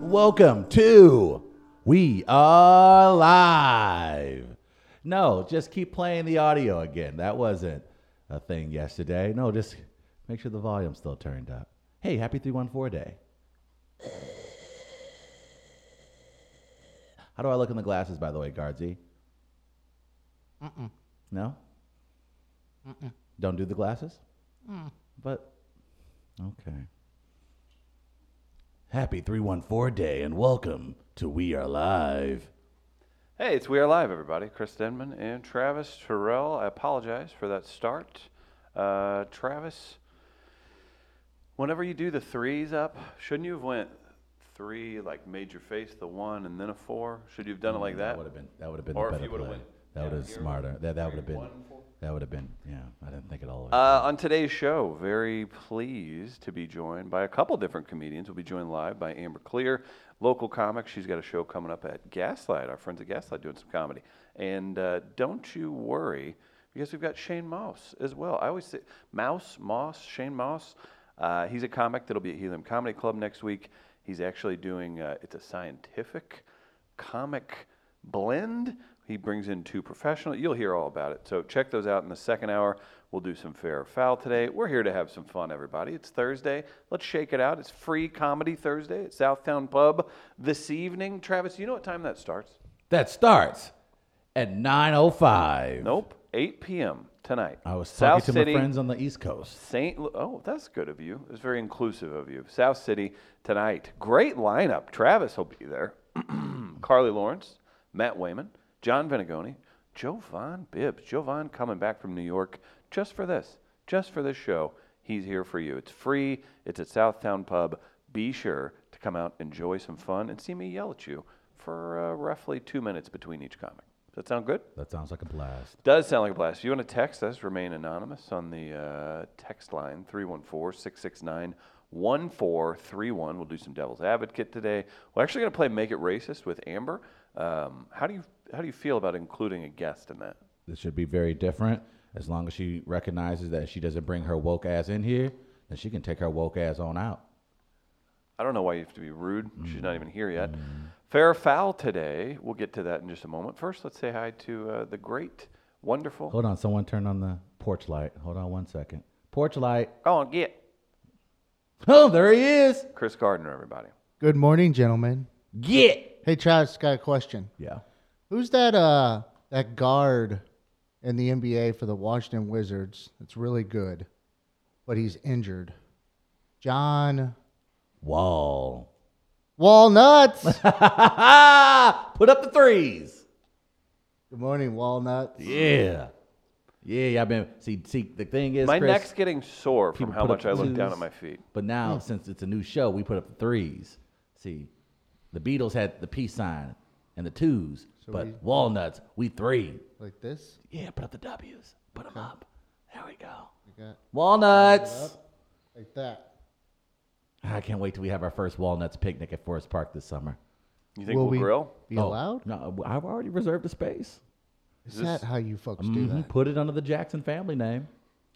welcome to We Are Live. No, just keep playing the audio again. That wasn't a thing yesterday. No, just make sure the volume's still turned up. Hey, happy 314 day. How do I look in the glasses, by the way, Guardsy? Mm-mm. No? Mm-mm. Don't do the glasses? But, okay. Happy 314 day and welcome to We Are Live. Hey, it's We Are Live, everybody. Chris Denman and Travis Terrell. I apologize for that start. Uh, Travis, whenever you do the threes up, shouldn't you have went three, like made your face the one and then a four? Should you have done it like That that? would have been that would have been Uh, Or the if better you would've play. went, that yeah, would have here, smarter. That that would have three, been one, four. that would have been yeah. I didn't think it all. the way Uh, on today's show, very pleased to be joined by a couple different comedians. We'll be joined live by Amber Clear, local comic. She's got a show coming up at Gaslight. Our friends at Gaslight doing some comedy. And uh, don't you worry, because we've got Shane Moss as well. I always say Mouse, Moss, Shane Moss. Uh, he's a comic that'll be at Helium Comedy Club next week. He's actually doing uh, it's a scientific comic blend. He brings in two professional. You'll hear all about it. So check those out in the second hour. We'll do some fair or foul today. We're here to have some fun, everybody. It's Thursday. Let's shake it out. It's free comedy Thursday at Southtown Pub this evening. Travis, you know what time that starts? That starts at 9:05. Nope, 8 p.m. tonight. I was talking South to City, my friends on the East Coast. Saint. Lu- Oh, that's good of you. It's very inclusive of you. South City tonight. Great lineup. Travis will be there. Carly Lawrence, Matt Wayman, John Venegoni, Joe Von Bibbs. Joe Von coming back from New York just for this, just for this show. He's here for you. It's free. It's at Southtown Pub. Be sure to come out, enjoy some fun, and see me yell at you for uh, roughly two minutes between each comic. Does that sound good? That sounds like a blast. Does sound like a blast. If you want to text us, remain anonymous on the uh, text line 314 669 1431. We'll do some devil's advocate today. We're actually going to play Make It Racist with Amber. Um, how, do you, how do you feel about including a guest in that? This should be very different. As long as she recognizes that she doesn't bring her woke ass in here, then she can take her woke ass on out. I don't know why you have to be rude. She's not even here yet. Fair or foul today. We'll get to that in just a moment. First, let's say hi to uh, the great, wonderful. Hold on, someone turned on the porch light. Hold on one second. Porch light. Go on, get Oh, there he is. Chris Gardner, everybody. Good morning, gentlemen. Get. Hey, Travis, got a question. Yeah. Who's that uh that guard in the NBA for the Washington Wizards? That's really good, but he's injured. John Wall. Walnuts. Put up the threes. good morning, Walnuts. Yeah. Yeah, yeah, I've been see see the thing is My Chris, neck's getting sore from people how put up much I look down at twos. my feet. But now since it's a new show, we put up the threes. See, the Beatles had the peace sign and the twos, but walnuts, we three. Like this. Yeah, put up the W's. Put them up. There we go. Like that. Walnuts. Like that. I can't wait till we have our first walnuts picnic at Forest Park this summer. You think we'll we grill? be Oh, allowed? No, I've already reserved a space. Is that how you folks do Mhm, that? Put it under the Jackson family name.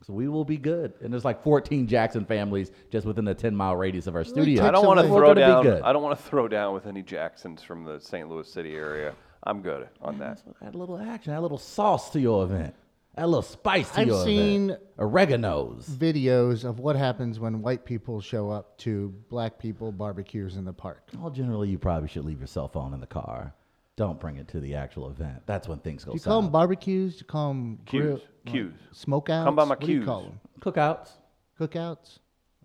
So we will be good. And there's like 14 Jackson families just within a 10 mile radius of our studio. take I don't want to Something. We're throw gonna be down. good. I don't want to throw down with any Jacksons from the St. Louis City area. I'm good on that. Add a little action, add a little sauce to your event, add a little spice to I've your seen- event. Oregano's. Videos of what happens when white people show up to black people barbecues in the park. Well, generally, you probably should leave your cell phone in the car. Don't bring it to the actual event. That's when things go Do you call them south. barbecues? Do you call them Cues, cues. smokeouts? Come by my what do you cues. call 'em? Cookouts. Cookouts.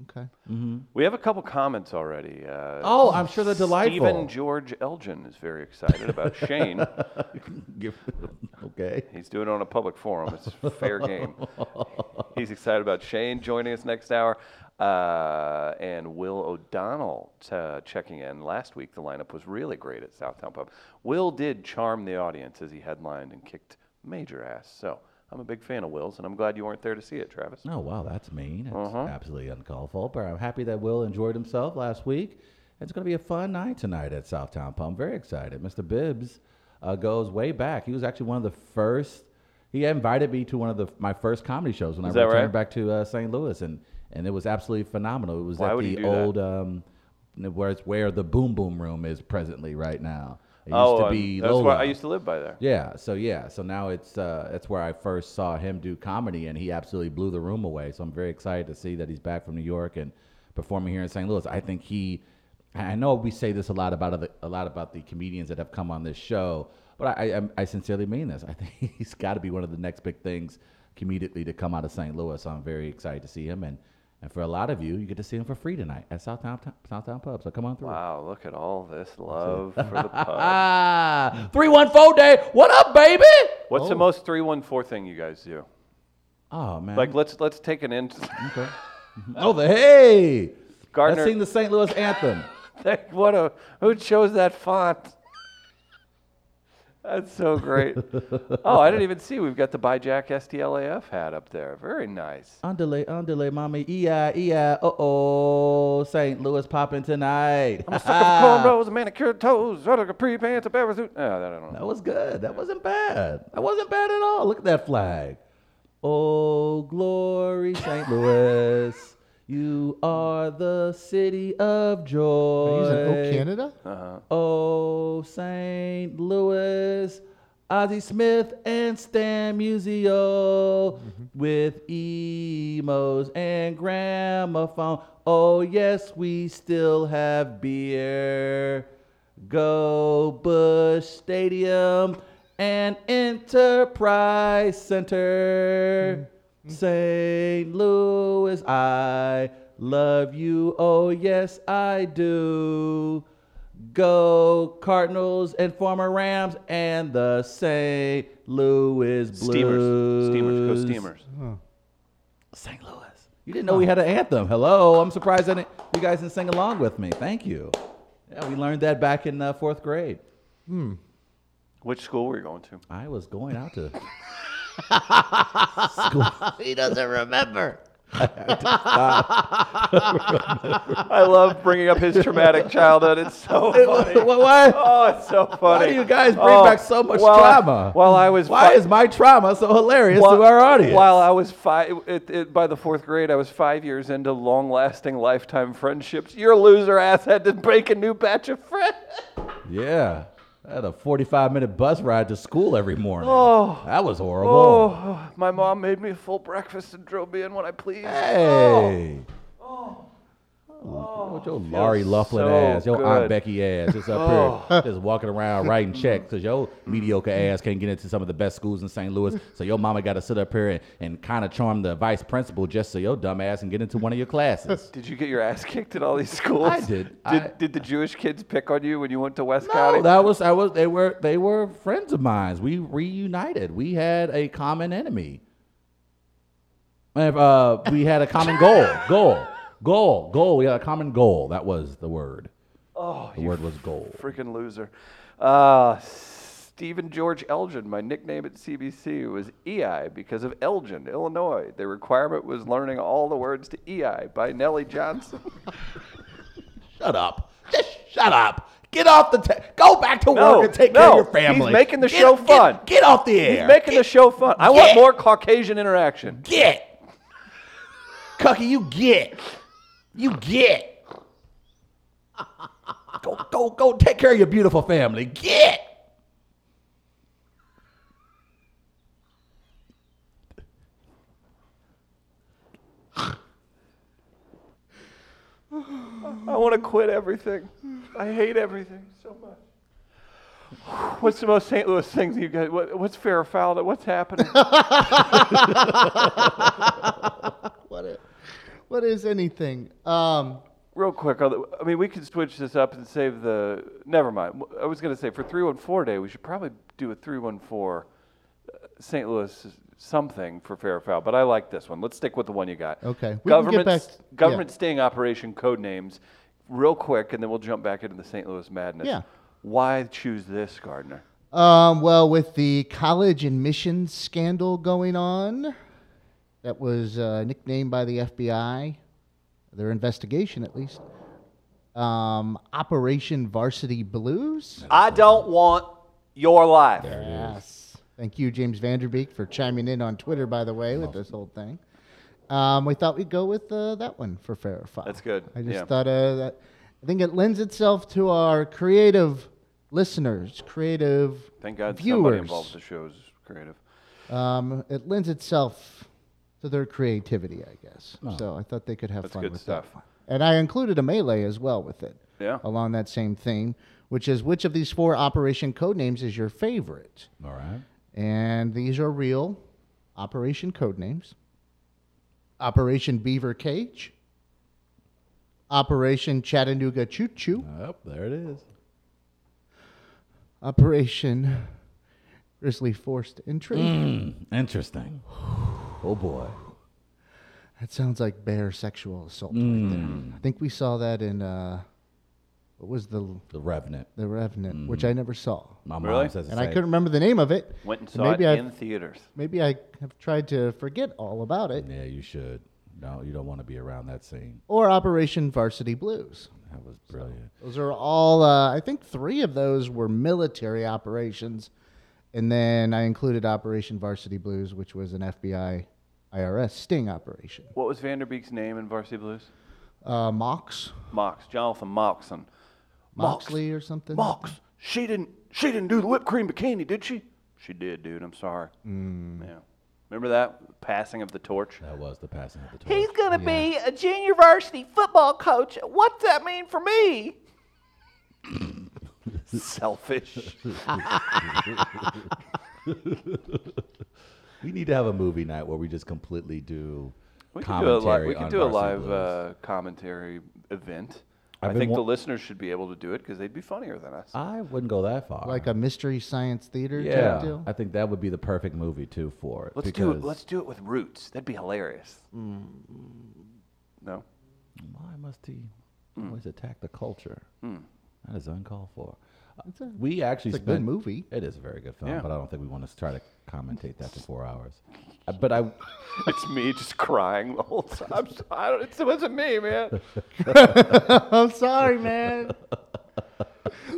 Okay. We have a couple comments already. Uh, Oh, I'm sure they're delightful. Stephen George Elgin is very excited about Shane. okay. He's doing it on a public forum. It's fair game. He's excited about Shane joining us next hour. Uh, and Will O'Donnell uh, checking in. Last week, the lineup was really great at Southtown Pub. Will did charm the audience as he headlined and kicked major ass. So I'm a big fan of Will's, and I'm glad you weren't there to see it, Travis. Uh-huh. Oh, wow, that's mean. It's absolutely uncalled for. But I'm happy that Will enjoyed himself last week. It's going to be a fun night tonight at Southtown Pump. I'm very excited. Mr. Bibbs uh, goes way back. He was actually one of the first. He invited me to one of the my first comedy shows when Is I that returned right? back to uh, St. Louis, and and it was absolutely phenomenal. It was Why at would he the do that? old um, where it's where the Boom Boom Room is presently right now. It used oh, to be um, that's Lola. where I used to live by there. Yeah. So yeah. So now it's uh, that's where I first saw him do comedy, and he absolutely blew the room away. So I'm very excited to see that he's back from New York and performing here in St. Louis. I think he. I know we say this a lot about other, a lot about the comedians that have come on this show, but I I, I sincerely mean this. I think he's got to be one of the next big things comedically to come out of St. Louis. So I'm very excited to see him, and and for a lot of you, you get to see him for free tonight at Southtown Southtown Pub. So come on through. Wow, look at all this love for the pub. Ah, three one four day. What up, baby? What's the most three one four thing you guys do? Oh man! Like let's let's take an in. oh, the hey! Gardner- Let's sing the St. Louis anthem. Like, what a who chose that font? That's so great. oh, I didn't even see. We've got the Bijack STLAF hat up there. Very nice. Underlay, underlay, mommy, ei, ei, oh, oh, St. Louis popping tonight. I'm a sucker for cornrows, manicured toes, rudder capri pants, a bear suit. Oh, that I don't know. That was good. That wasn't bad. That wasn't bad at all. Look at that flag. Oh, glory, St. Louis. You are the city of joy. He's in O Canada. Oh, St. Louis, Ozzie Smith and Stan Musial with emos and gramophone. Oh, yes, we still have beer. Go Bush Stadium and Enterprise Center. St. Louis, I love you. Oh, yes, I do. Go Cardinals and former Rams and the St. Louis Blues. Steamers, steamers, go steamers. St. Louis. You didn't know we had an anthem. Hello. I'm surprised I didn't, you guys didn't sing along with me. Thank you. Yeah, we learned that back in uh, fourth grade. Which school were you going to? I was going out to He doesn't remember. I love bringing up his traumatic childhood. It's so funny. what? what? Oh, it's so funny. Why do you guys bring Oh, back so much while I- trauma? while I was Why fi- is my trauma so hilarious while, to our audience? While I was five, it, it, by the fourth grade, I was five years into long-lasting, lifetime friendships. Your loser ass had to break a new batch of friends. yeah. I had a 45 minute bus ride to school every morning. Oh. That was horrible. Oh, my mom made me a full breakfast and drove me in when I pleased. Hey. Oh. Your Laurie Laughlin so ass, your Aunt good. Becky ass, just up here, just walking around writing checks because your mediocre ass can't get into some of the best schools in St. Louis. So your mama got to sit up here and, and kind of charm the vice principal just so your dumb ass can get into one of your classes. Did you get your ass kicked at all these schools? I did. Did, I- did the Jewish kids pick on you when you went to West County? No, that was I was they were they were friends of mine. We reunited. We had a common enemy. And, uh, we had a common goal. Goal. Goal. Goal. We had a common goal. That was the word. oh, The you word was goal. freaking loser. Uh, Stephen George Elgin, my nickname at CBC was EI because of Elgin, Illinois. The requirement was learning all the words to EI by Nellie Johnson. Shut up. Just shut up. Get off the. T- go back to No, work and take no. care of your family. He's making the Get- show get- fun. Get, off the air. He's making the show fun. I Yeah. want more Caucasian interaction. Get. Cucky, you get. You get. Go, go, go. Take care of your beautiful family. Get. I want to quit everything. I hate everything so much. What's the most St. Louis thing you guys? What, what's fair or foul? What's happening? What? i- what is anything? Um, Real quick, on the- I mean, we could switch this up and save the. Never mind. I was going to say for 314 day, we should probably do a 314 uh, St. Louis something for fair or foul, but I like this one. Let's stick with the one you got. Okay. We can get Government, back- s- yeah. government sting operation code names, real quick, and then we'll jump back into the St. Louis madness. Yeah. Why choose this, Gardner? Um, well, with the college admissions scandal going on, that was uh, nicknamed by the FBI, their investigation at least, um, Operation Varsity Blues. I don't want your life. Yes. Thank you, James Vanderbeek, for chiming in on Twitter, by the way, with this whole thing. Um, we thought we'd go with uh, that one for fair or foul. That's good, I just yeah. thought uh, that I think it lends itself to our creative listeners, creative Thank God somebody viewers. involved with the show is creative. Um, it lends itself to their creativity, I guess. So I thought they could have Oh. That's fun good with stuff. that one. And I included a melee as well with it. Yeah. Along that same theme, which is which of these four Operation Codenames is your favorite? All right. And these are real Operation Codenames Operation Beaver Cage, Operation Chattanooga Choo Choo, Yep, there it is. Operation Grizzly Forced Entry. Mm. Hmm, Interesting. Oh boy. That sounds like bear sexual assault right there. I think we saw that in uh, what was the The Revenant. the Revenant, which I never saw, My Really? mom says the and I same. couldn't remember the name of it. Went and And saw maybe it I in theaters. maybe I have tried to forget all about it. Yeah, you should. No, you don't want to be around that scene. Or Operation Varsity Blues. That was brilliant. Those are all. Uh, I think three of those were military operations, and then I included Operation Varsity Blues, which was an FBI IRS sting operation. What was Vanderbeek's name in Varsity Blues? Uh, Mox Mox, Jonathan Moxon. Mox. Moxley or something. Mox, she didn't she didn't do the whipped cream bikini, did she? She did, dude. I'm sorry. Mm. Yeah. Remember that passing of the torch? That was the passing of the torch. He's going to be a junior varsity football coach. What's that mean for me? Selfish. we need to have a movie night where we just completely do We can do a commentary live. We can on do a Varsity live Blues. uh, commentary event. I've I been think the wa- listeners should be able to do it because they'd be funnier than us. I wouldn't go that far. like a mystery science theater type yeah, deal. I think that would be the perfect movie too for it. let's do it. because- Let's do it with roots. That'd be hilarious. Mm. No. Why must he Hmm. always attack the culture? That is uncalled for. we actually it's a spent, good movie. It is a very good film, Yeah. but I don't think we want to try to commentate that for four hours. Uh, But I, it's me just crying the whole time. I'm so- I don't, it wasn't me, man. I'm sorry, man.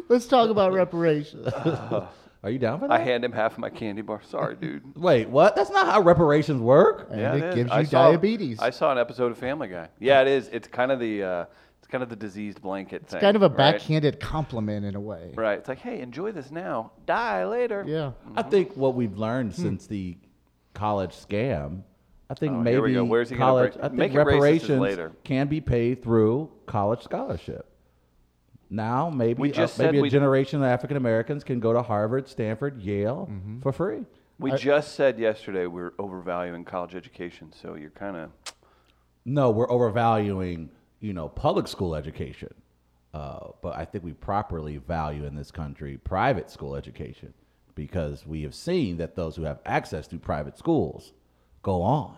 Let's talk about reparations. are you down for that? I hand him half of my candy bar. Sorry, dude. Wait, what? That's not how reparations work. And Yeah, it, is. gives you I saw- diabetes. I saw an episode of Family Guy. Yeah, it is. It's kind of the uh, it's kind of the diseased blanket thing. kind of a right? backhanded compliment in a way. Right. It's like, hey, enjoy this now. Die later. Yeah. I Uh-huh. think what we've learned since the college scam, I think Oh, maybe here we go. Where's he gonna college. break- I think make it racist is reparations later. can be paid through college scholarship. Now maybe We uh, just said maybe a we- generation of African Americans can go to Harvard, Stanford, Yale Mm-hmm. for free. We just said yesterday we're overvaluing college education, so you're kind of No, we're overvaluing you know public school education, uh, but I think we properly value in this country private school education because we have seen that those who have access to private schools go on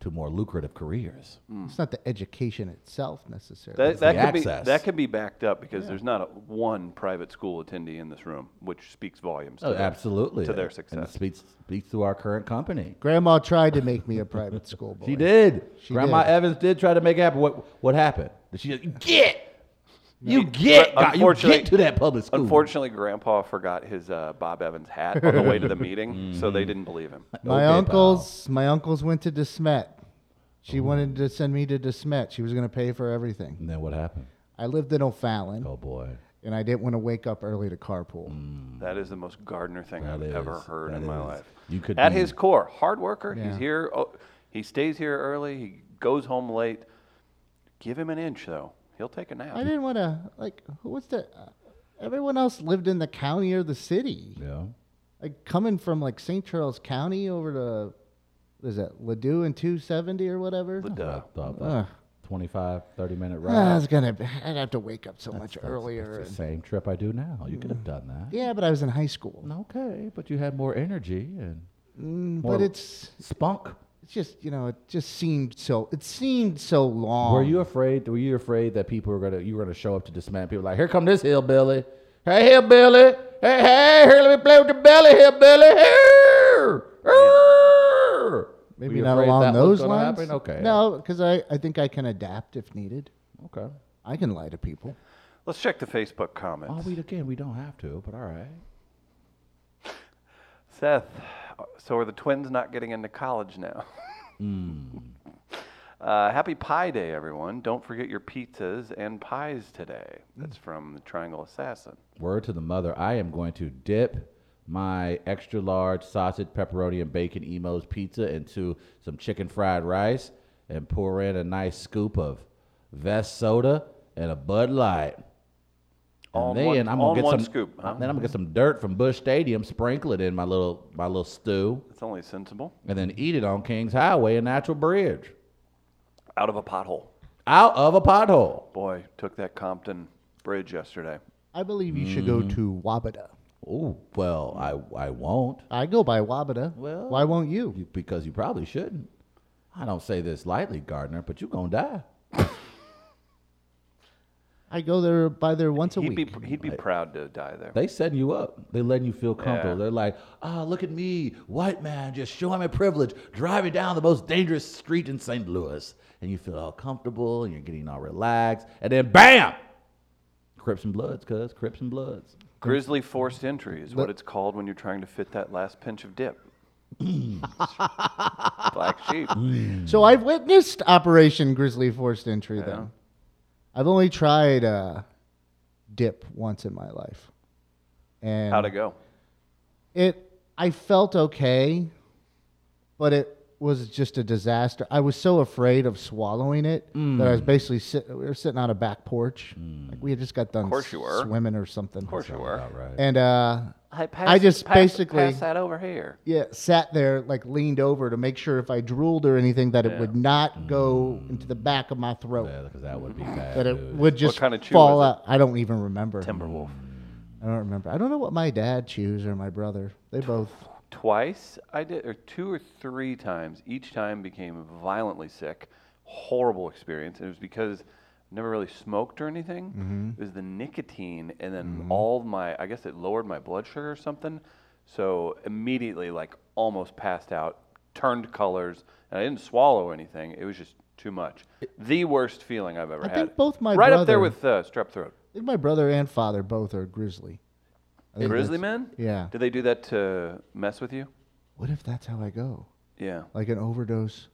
to more lucrative careers. Mm. It's not the education itself necessarily. that, that the could access. be that could be backed up because there's not a, one private school attendee in this room, which speaks volumes. to Oh, their- absolutely. to their And it success. speaks speaks to our current company. Grandma tried to make me a private school boy. She did. She Grandma did. Evans did try to make it happen. What what happened? Did she just, get? You get, But God, you unfortunately- get to that public school. Unfortunately, Grandpa forgot his uh, Bob Evans hat on the way to the meeting, so Mm. they didn't believe him. My Okay, pal. uncles, my uncles went to DeSmet. She wanted to send me to DeSmet. She was going to pay for everything. And then what happened? I lived in O'Fallon, Oh Mm. boy. and I didn't want to wake up early to carpool. That is the most Gardner thing I've That ever is- heard that in my is. life. You could at be- his core, hard worker. He's Yeah. here. Oh, he stays here early. He goes home late. Give him an inch though; he'll take a nap. I didn't want to like. Who was the? Uh, everyone else lived in the county or the city. Yeah. Like coming from like St. Charles County over to, what is that Ladue and two seventy or whatever? But, uh, About Ugh. 25, 30 minute ride. Ah, I was gonna. I'd have to wake up so much That's- earlier. That's and- the same trip I do now. You could have done that. yeah, but I was in high school. Okay, but you had more energy and more But it's spunk. it's just you know it just seemed so it seemed so long. Were you afraid? Were you afraid that people were gonna you were gonna show up to dismantle people like here come this hillbilly, hey hillbilly, hey hey here let me play with your belly hillbilly here. Err." Were Maybe you not afraid along that was those gonna lines. happen? Okay. No, because I I think I can adapt if needed. Okay. I can lie to people. Let's check the Facebook Oh, comments. we again we don't have to, but all right. Hmm. Seth, so are the twins not getting into college now? Uh, happy Pie Day, everyone. Don't forget your pizzas and pies today. That's from the Triangle Assassin. Word to the mother. I am going to dip my extra large sausage, pepperoni, and bacon emos pizza into some chicken fried rice and pour in a nice scoop of Vest soda and a Bud Light. All in then one- I'm all gonna get in one some, scoop, huh? Then I'm gonna get some dirt from Bush Stadium, sprinkle it in my little my little stew, That's only sensible. and then eat it on Kings Highway and Natural Bridge, Out of a pothole. out of a pothole. Boy, took that Compton Bridge yesterday. I believe you should go Mm. to Wabata. Ooh, well, I I won't. I go by Wabata. Well- Why won't you? You- because you probably shouldn't. I don't say this lightly, Gardner, but you're going to die. I go there by there once a He'd be, week. he'd be proud to die there. They setting you up. They letting you feel comfortable. Yeah. They're like, ah, look at me, white man, just showing my privilege, driving down the most dangerous street in St. Louis. And you feel all comfortable and you're getting all relaxed. And then bam! Crips and Bloods, cuz. Crips and Bloods. Grizzly forced entry is what it's called when you're trying to fit that last pinch of dip. Black sheep. Hmm. So I've witnessed Operation Grizzly Forced Entry, though. I've only tried uh, dip once in my life. And How'd it go? it I felt okay, but it was just a disaster. I was so afraid of swallowing it that I Mm. was basically sit, we were sitting on a back porch. Like we had just got done course you were. swimming or something. Of course you were. All right. And uh, Hey, pass, I just pass- basically pass that over here. yeah, sat there like leaned over to make sure if I drooled or anything that it would not go Mm. into the back of my throat. Yeah, because that would be bad. That it news. would just kind of chew fall was it? out. I don't even remember. Timberwolf. I don't remember. I don't know what my dad chews or my brother. They both. Twice I did, or two or three times. Each time became violently sick. Horrible experience. And it was because I never really smoked or anything. Mm-hmm. It was the nicotine, and then all my, I guess it lowered my blood sugar or something. So immediately, like, almost passed out, turned colors, and I didn't swallow anything. It was just too much. The worst feeling I've ever I had. think both my Right up there brother- with uh, strep throat. I think my brother and father both are grizzly. I think Grizzly that's- man? Yeah. Did they do that to mess with you? What if that's how I go? Yeah. Like an overdose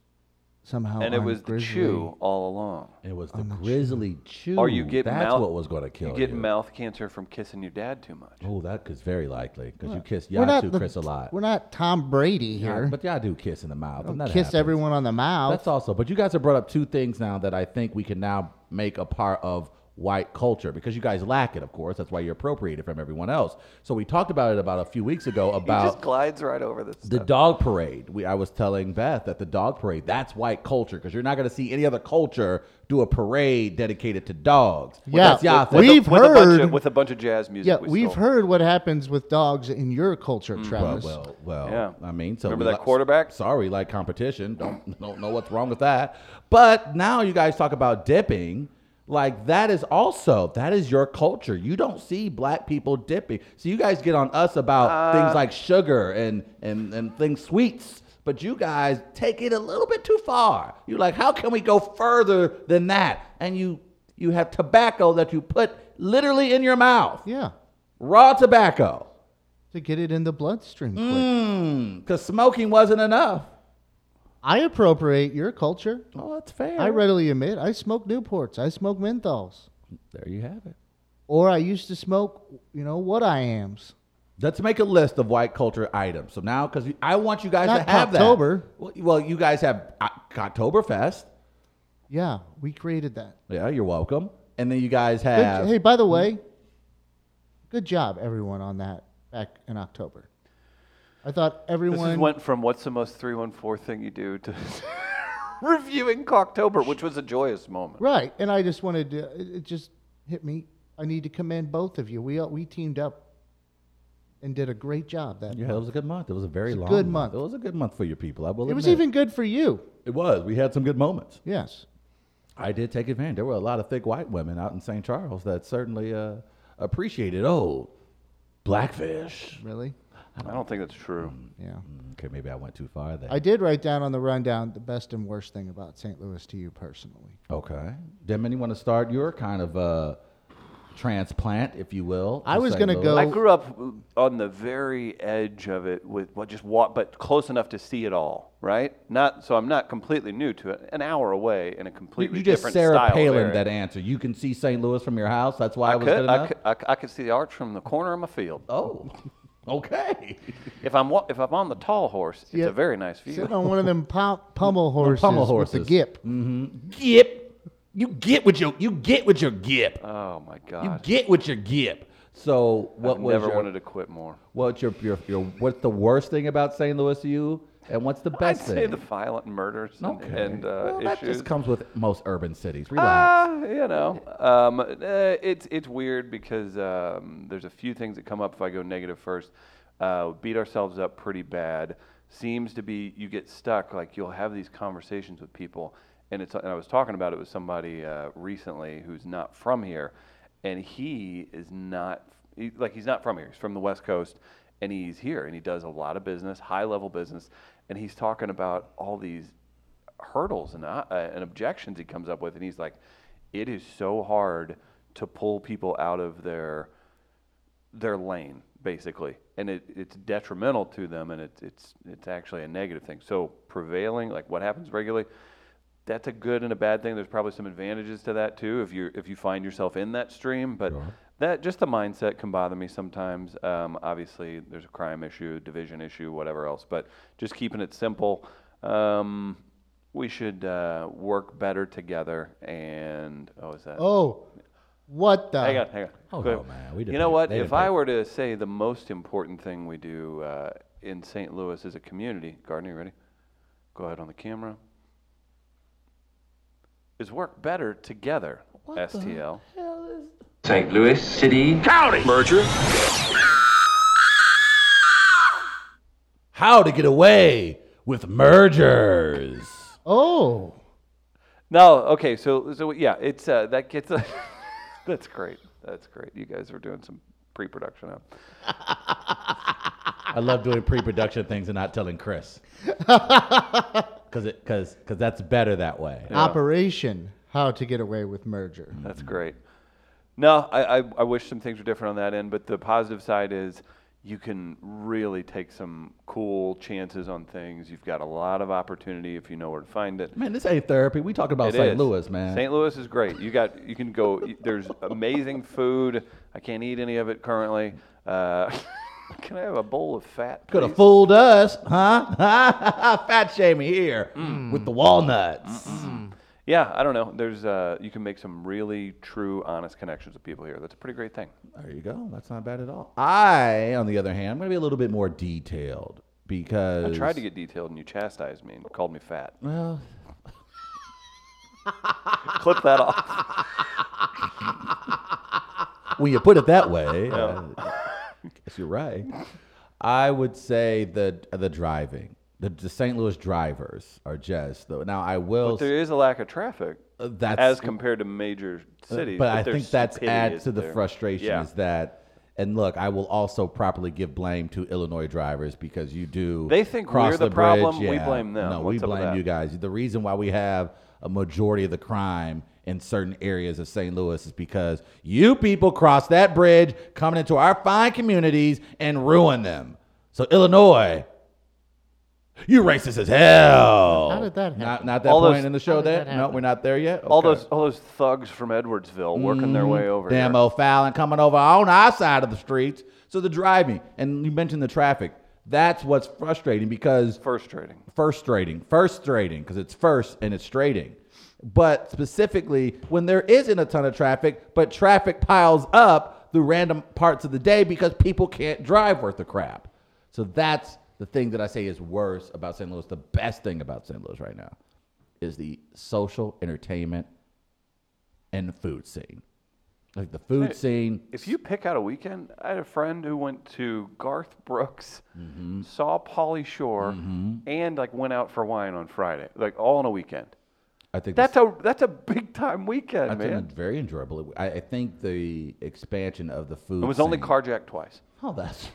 somehow. and it on was the Oh, grizzly. chew all along. It was the grizzly chew. Or you get That's mouth, what was going to kill you. you. get mouth cancer from kissing your dad too much. Oh, that is very likely because you kiss We're not Yatu the- Chris a lot. We're not Tom Brady Yeah, here. But y'all do kiss in the mouth. and that Kiss happens. everyone on the mouth. That's also. But you guys have brought up two things now that I think we can now make a part of white culture because you guys lack it, of course. That's why you're appropriated from everyone else. So we talked about it about a few weeks ago he just about glides right over this. the dog parade. We, I was telling Beth that the dog parade that's white culture because you're not going to see any other culture do a parade dedicated to dogs. But Yeah, that's y'all thing. but we- We've with a bunch heard- of, with a bunch of jazz music. yeah, we we've stole. heard what happens with dogs in your culture, Mm, Well, Travis. well, well. Yeah. I mean, so Remember we that quarterback? Sorry, like competition. Don't don't know what's wrong with that. But now you guys talk about dipping. Like that is also that is your culture. You don't see black people dipping. So you guys get on us about Uh, things like sugar and and and things sweets. But you guys take it a little bit too far. You're like, how can we go further than that? And you you have tobacco that you put literally in your mouth. yeah, Raw tobacco. to get it in the bloodstream quick. Mm. Because Hmm, smoking wasn't enough. I appropriate your culture. Oh, that's fair. I readily admit I smoke Newports. I smoke menthols. There you have it. Or I used to smoke, you know, what I am's. Let's make a list of white culture items. So now, because I want you guys Not to have Cocktober. that. Well, well, you guys have uh, Oktoberfest. Yeah, we created that. Yeah, you're welcome. And then you guys Good- have. hey, by the way, good job everyone on that back in October. I thought This everyone is went from what's the most 314 thing you do to reviewing Cocktober, which was a joyous moment. right, and I just wanted to. It it just hit me. I need to commend both of you. We all- we teamed up and did a great job. That yeah, it was a good month. It was a very It's a long good month. It was a good month for your people. I will it was admit. even good for you. It was. We had some good moments. Yes. I did take advantage. There were a lot of thick white women out in St. Charles that certainly uh, appreciated old blackfish. Really. I don't think that's true. Yeah. Okay, maybe I went too far there. I did write down on the rundown the best and worst thing about St. Louis to you personally. Okay. Demon, you want to start your kind of uh, transplant, if you will. I to was say gonna Lou. go- I grew up on the very edge of it with well, just walk, but close enough to see it all, right? Not so I'm not completely new to it. An hour away in a You, completely you just different Sarah style of Palin area. that answer. You can see St. Louis from your house. That's why I, I was could, good I enough. could, I, c- I could see the arch from the corner of my field. Oh, okay. If I'm wa- if I'm on the tall horse, it's Yeah. a very nice view. Sitting on one of them pu- pummel horses, pummel with horses. the gip. Gip, you get with your you get with your gip. oh my You God! get with your gip. So what I've was never your, wanted to quit more. what's your, your your what's the worst thing about St. Louis to you, and what's the I'd best say thing? the violent murders and, okay. and uh, well, issues. that just comes with most urban cities. Relax. Uh, you know, um, uh, it's it's weird because um, there's a few things that come up if I go negative first. Uh, we beat ourselves up pretty bad. Seems to be you get stuck. Like you'll have these conversations with people, and it's and I was talking about it with somebody uh, recently who's not from here, and he is not he, like he's not from here. He's from the West Coast, and he's here and he does a lot of business, high level business, and he's talking about all these hurdles and, uh, uh, and objections he comes up with, and he's like, "It is so hard to pull people out of their their lane, basically, and it, it's detrimental to them, and it's it's it's actually a negative thing." So prevailing, like what happens regularly, that's a good and a bad thing. There's probably some advantages to that too if you if you find yourself in that stream, but. That just the mindset can bother me sometimes. Um, obviously, there's a crime issue, division issue, whatever else. But just keeping it simple, um, we should uh, work better together. And oh, is that? Oh, what the? hang on, hang on. Oh, Go no, ahead. man, we you didn't know pay- what? they If didn't pay I were to say the most important thing we do uh, in St. Louis as a community, Gardner, you ready? Go ahead on the camera. Is work better together. STL. St. Louis City County merger. How to get away with mergers? Oh, No, okay, so so yeah, it's uh, that gets uh, that's great. That's great. You guys were doing some pre-production now. I love doing pre-production things and not telling Chris. Cause it, cause, cause that's better that way. Operation How to Get Away with Merger. That's great. No, I, I, I wish some things were different on that end, but the positive side is you can really take some cool chances on things. You've got a lot of opportunity if you know where to find it. Man, this ain't therapy. We talk about It St. is. Louis, man. St. Louis is great. You got you can go. y- There's amazing food. I can't eat any of it currently. Uh, can I have a bowl of fat? Could have please? fooled us, huh? Fat shaming here Mm. with the walnuts. Yeah, I don't know. There's uh, you can make some really true, honest connections with people here. That's a pretty great thing. There you go. That's not bad at all. I, on the other hand, I'm going to be a little bit more detailed because I tried to get detailed, and you chastised me and called me fat. Well, Clip that off. when you put it that way, uh, I guess you're right. I would say the uh, the driving, the, the St. Louis drivers are just though. Now I will. There is a lack of traffic uh, that's as compared to major cities, But, I their think that's stupidity adds is to the there. frustration Yeah. is that. And look, I will also properly give blame to Illinois drivers because you do. They think cross we're the bridge, problem, we yeah. blame them. No, we What's up with blame that? you guys. The reason why we have a majority of the crime in certain areas of St. Louis is because you people cross that bridge coming into our fine communities and ruin them. So Illinois, you racist as hell. How did that Not, happen? not that All point those- in the show. did That, that no, happen? we're not there yet. All Okay. those all those thugs from Edwardsville working their way over. Damn here. O'Fallon coming over on our side of the streets. So the driving, and you mentioned the traffic. That's what's frustrating because frustrating. frustrating, frustrating because it's first and it's straighting. But specifically, when there isn't a ton of traffic, but traffic piles up through random parts of the day because people can't drive worth the crap. So that's the thing that I say is worse about St. Louis. The best thing about St. Louis right now is the social entertainment and food scene. Like the food scene, If you pick out a weekend, I had a friend who went to Garth Brooks, Mm-hmm. saw Polly Shore, and like went out for wine on Friday, like all in a weekend. I think the That's a that's a big time weekend, I think man. it's very enjoyable. I, I think the expansion of the food. It was only scene- carjacked twice. Oh, that's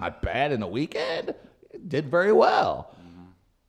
not bad in a weekend. It did very well.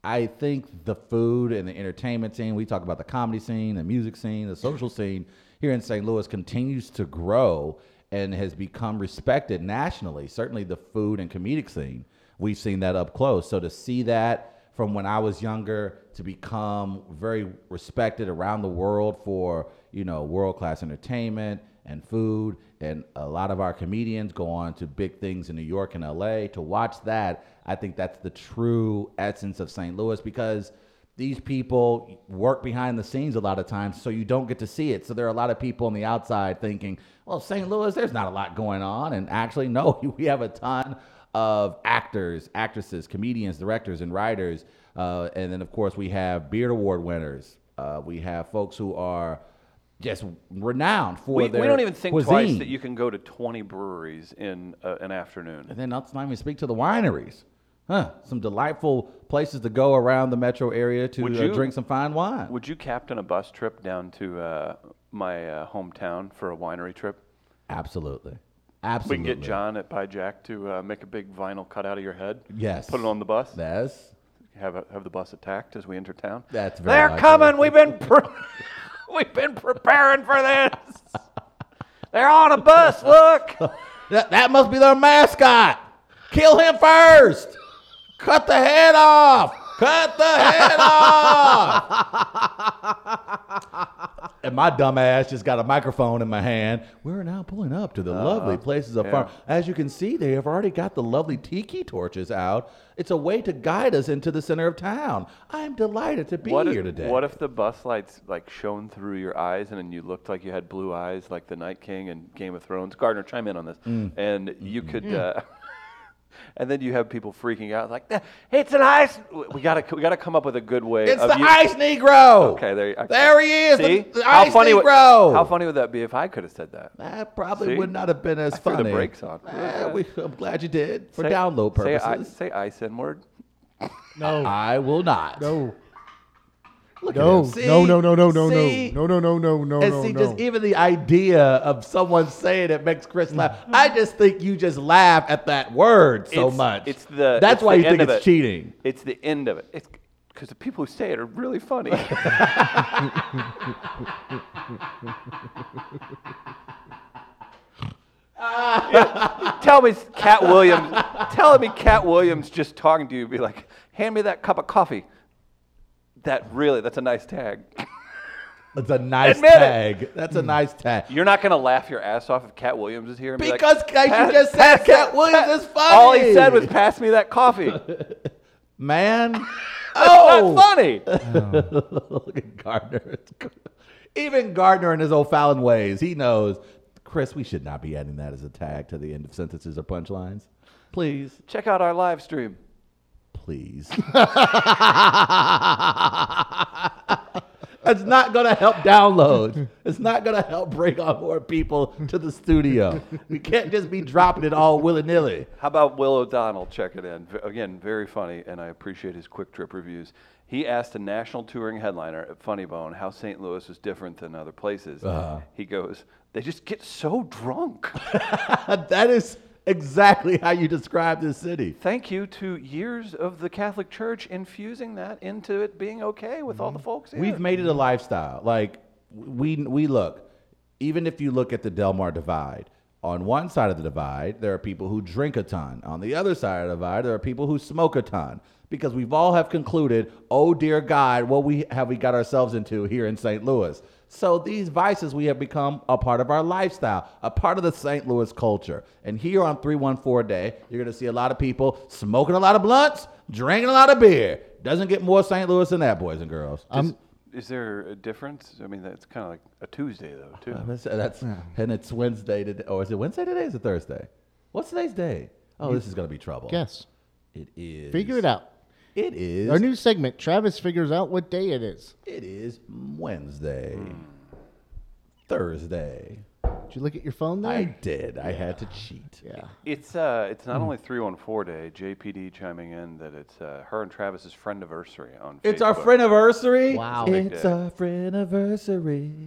I think the food and the entertainment scene, we talk about the comedy scene, the music scene, the social scene here in St. Louis continues to grow and has become respected nationally. Certainly the food and comedic scene, we've seen that up close. So to see that from when I was younger to become very respected around the world for, you know, world class entertainment and food and a lot of our comedians go on to big things in New York and LA to watch that I think that's the true essence of St. Louis because these people work behind the scenes a lot of times so you don't get to see it so there are a lot of people on the outside thinking well St. Louis there's not a lot going on and actually no we have a ton of actors actresses comedians directors and writers uh, and then of course we have beard award winners uh, we have folks who are just renowned for We, their we don't even think twice cuisine. that you can go to 20 breweries in uh, an afternoon. And then let's not even speak to the wineries. Huh. Some delightful places to go around the metro area to Would uh, you- drink some fine wine. Would you captain a bus trip down to uh, my uh, hometown for a winery trip? Absolutely. Absolutely. We can get John at Pie Jack to uh, make a big vinyl cut out of your head. Yes. Put it on the bus. That's, Have a, have the bus attacked as we enter town. that's very They're likely. coming. We've been pre- we've been preparing for this. They're on a bus. Look. That, that must be their mascot. Kill him first. Cut the head off. Cut the head off. and my dumb ass just got a microphone in my hand. We're now pulling up to the Oh, lovely places of farm. As you can see, they have already got the lovely tiki torches out. It's a way to guide us into the center of town. I am delighted to be What here if, today. what if the bus lights like shone through your eyes and then you looked like you had blue eyes like the Night King and Game of Thrones? Gardner, chime in on this. Mm. And you Mm-hmm. could. Uh, And then you have people freaking out, like, "Nah, "It's an ice! We- We gotta, we gotta come up with a good way." it's of the you- ice negro. Okay, there, you- okay. Oh. There he is. the- See? The, ice funny would, negro. How funny would that be if I could have said that? That probably See? would not have been as I threw funny. the brakes on. Eh, we, I'm glad you did for Say- download say I- purposes. Say ice n word. No. I, will not. No. Look at No. him. See? No. No. No. No. No. See? No. No. No. No. No. And No. see, no. just even the idea of someone saying it makes Chris laugh. I just think you just laugh at that word so It's- much. It's the. That's it's why the you think end of it's it. cheating. It's the end of it. It's because the people who say it are really funny. tell me, Cat Williams. Tell me, Cat Williams, just talking to you, be like, "Hand me that cup of coffee." That really, that's a nice tag. It's a nice Admit it. tag. That's Hmm. a nice tag. You're not gonna laugh your ass off if Cat Williams is here. And Because be guys, like, you just said Cat Williams is funny." All he said was, "Pass me that coffee." Man. Oh, oh, not funny. Look at Gardner. Even Gardner in his O'Fallon ways, he knows. Chris, we should not be adding that as a tag to the end of sentences or punchlines. Please. Check out our live stream. Please. It's not going to help downloads. It's not going to help bring on more people to the studio. We can't just be dropping it all willy nilly. How about Will O'Donnell checking in? V- Again, very funny, and I appreciate his quick trip reviews. He asked a national touring headliner at Funny Bone how St. Louis is different than other places. Uh-huh. He goes, "They just get so drunk." that is exactly how you describe this city. Thank you to years of the Catholic Church infusing that into it being okay with all the folks here. We've made it a lifestyle. Like we we look, even if you look at the Delmar Divide, on one side of the divide there are people who drink a ton. On the other side of the divide there are people who smoke a ton. Because we've all have concluded, oh dear God, what we have we got ourselves into here in St. Louis. So these vices we have become a part of our lifestyle, a part of the St. Louis culture. And here on 314 Day, you're gonna see a lot of people smoking a lot of blunts, drinking a lot of beer. Doesn't get more St. Louis than that, boys and girls. I'm, Is there a difference? I mean, that's kind of like a Tuesday though, too. Uh, That's, that's and it's Wednesday today. Or is it Wednesday today? Or is it Thursday? What's today's day? Oh, this is gonna be trouble. guess. it is. Figure it out. It is. Our new segment. Travis figures out what day it is. it is Wednesday. Thursday. Did you look at your phone there? I did. I had to cheat. yeah. It's uh, it's Hmm. not only 314 day. JPD chiming in that it's uh, her and Travis's friend anniversary on. It's our Facebook. friend anniversary. Wow. It's a big It's day. our friend anniversary.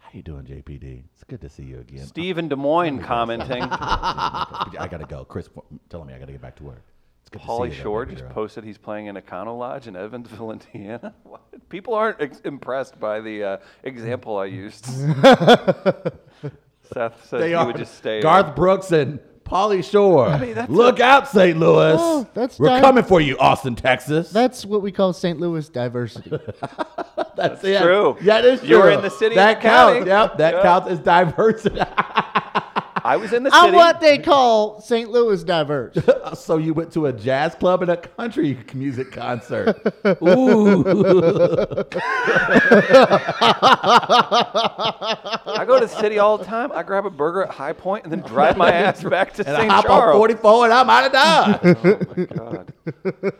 How you doing, JPD? It's good to see you again. Steve in Des Moines commenting. I gotta go. Chris telling me I gotta get back to work. It's good to see Pauly you, though, Shore baby just girl. posted he's playing in Econo Lodge in Evansville, Indiana. What? People aren't ex- impressed by the uh, example I used. Seth said They he are would just stay. Garth Brooks and Polly Shore. that's Look out, St. Louis. Oh, that's We're di- coming for you, Austin, Texas. That's what we call St. Louis diversity. That's true. Yeah, that is true. You were in the city That and the county. counts. Yep, that Yeah. counts as diversity. I was in the I'm city. what they call St. Louis diverse. so you went to a jazz club and a country music concert. Ooh. I go to the city all the time. I grab a burger at High Point and then drive my ass back to And I St. hop on Charles. 44 and I'm out of Dodge. Oh my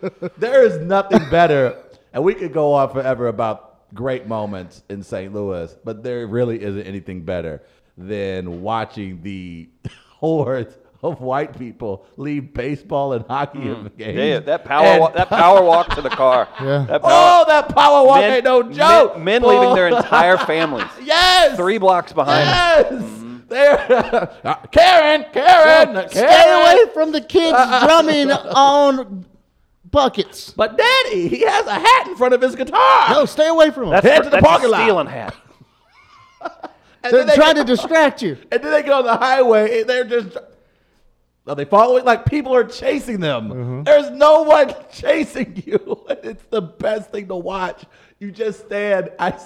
God. There is nothing better, and we could go on forever about great moments in St. Louis, but there really isn't anything better than watching the hordes of white people leave baseball and hockey games. Mm. Yeah, that power And- wa- that power walk to the car. Yeah. That oh, that power walk men- ain't no men- joke. Men, boy. leaving their entire families yes three Mm-hmm. blocks behind. us. Yes. They're Uh, Karen, Karen, Karen. Stay away from the kids drumming on buckets. But Daddy, he has a hat in front of his guitar. No, stay away from them. Head to the that's parking a lot. Stealing hat. and They're then they trying to get- distract you. And then they get on the highway and they're just. Are they following? Like people are chasing them. Mm-hmm. There's no one chasing you. And it's the best thing to watch. You just stand. I.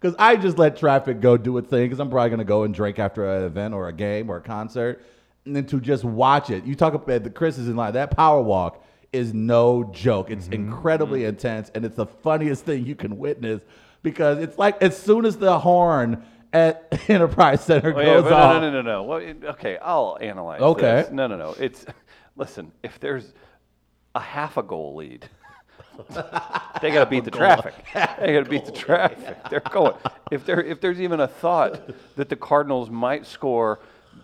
Because I just let traffic go do its thing because I'm probably going to go and drink after an event or a game or a concert. And then to just watch it. You talk about the Chris is in line. That power walk is no joke. Mm-hmm. It's incredibly intense and it's the funniest thing you can witness because it's like as soon as the horn at Enterprise Center Oh, goes yeah, but off. no, no, no, no, no. Well, it- okay, I'll analyze. Okay. this. No, no, no. It's listen. If there's a half a goal lead, they got to beat the traffic. They got to beat the traffic. They're going. If there, if there's even a thought that the Cardinals might score.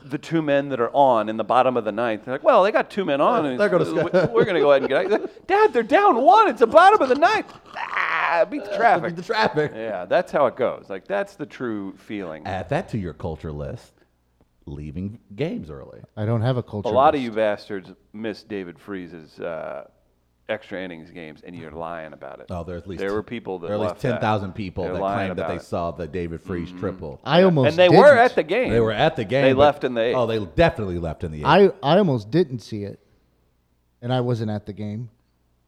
The two men that are on in the bottom of the ninth, they're like, well, they got two men on. And They're gonna it's- score." we're going to go ahead and get out. Dad, they're down one. It's the bottom of the ninth. Ah, beat the traffic. Beat the traffic. Yeah, that's how it goes. Like that's the true feeling. Add that to your culture list. Leaving games early. I don't have a culture. A lot of you bastards miss David Freeze's uh, extra innings games, and you're lying about it. Oh, there are at least there were people that there are at least left that. ten thousand people They're that lying claimed that about they it. saw the David Freeze triple. I almost and they didn't. were at the game. They were at the game. They but- left in the eighth. Oh, they definitely left in the eighth. I I almost didn't see it, and I wasn't at the game.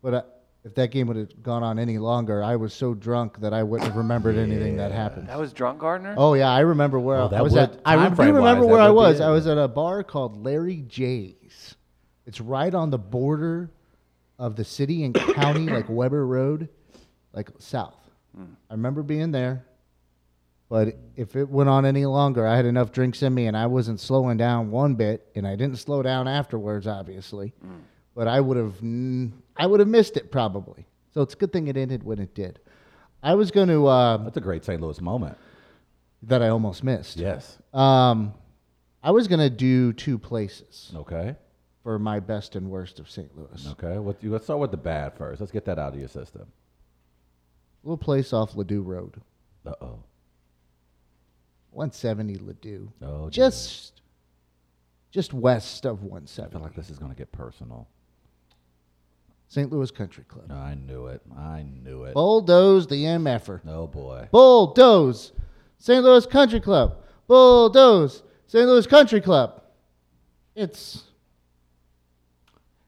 But I, if that game would have gone on any longer, I was so drunk that I wouldn't have remembered anything that happened. that was drunk Gardner. Oh yeah, I remember where Oh, I that was would- at. I re- do timeframe-wise, remember that where I would be was. it. I was at a bar called Larry J's. It's right on the border of the city and county, like Weber Road, like south. Hmm. I remember being there, but if it went on any longer, I had enough drinks in me, and I wasn't slowing down one bit, and I didn't slow down afterwards, obviously. Hmm. But I would have, mm, I would have missed it probably. So it's a good thing it ended when it did. I was going to uh, That's a great St. Louis moment. that I almost missed. Yes. Um, I was gonna do two places Okay. for my best and worst of St. Louis. Okay. What you, let's start with the bad first. Let's get that out of your system. Little place off Ladue Road, Uh oh. 170 Ladue. Oh, dear. just just west of I feel 170, like this is gonna get personal. St. Louis Country Club. I knew it. I knew it. Bulldoze the MFer. Oh boy. Bulldoze St. Louis Country Club. Bulldoze St. Louis Country Club. It's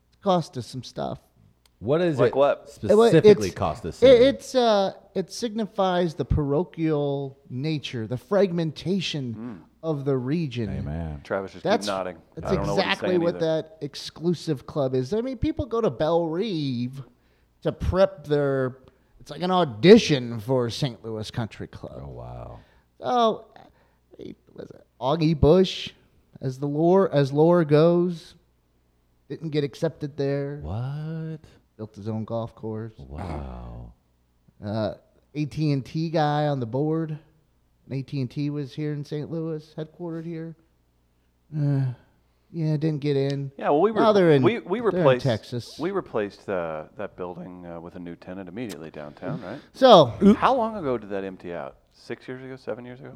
it's cost us some stuff. What is Like it what? Well, specifically it's- cost us? It, it's uh, it signifies the parochial nature, the fragmentation of the region. Amen. Travis just Hmm. keep That's nodding. That's I don't exactly know what, he's saying what, either. that exclusive club is. I mean, people go to Belle Reeve to prep their. It's like an audition for St. Louis Country Club. Oh wow. Oh, it was it Augie Bush, as the lore as lore goes, didn't get accepted there. What? Built his own golf course. Wow. uh, AT&T guy on the board. And AT&T was here in St. Louis, headquartered here. Uh, yeah, didn't get in. Yeah, well, we were Oh, now they're in, we, we they're in replaced Texas. We replaced uh, that building uh, with a new tenant immediately downtown, right? so How long ago did that empty out? Six years ago? Seven years ago?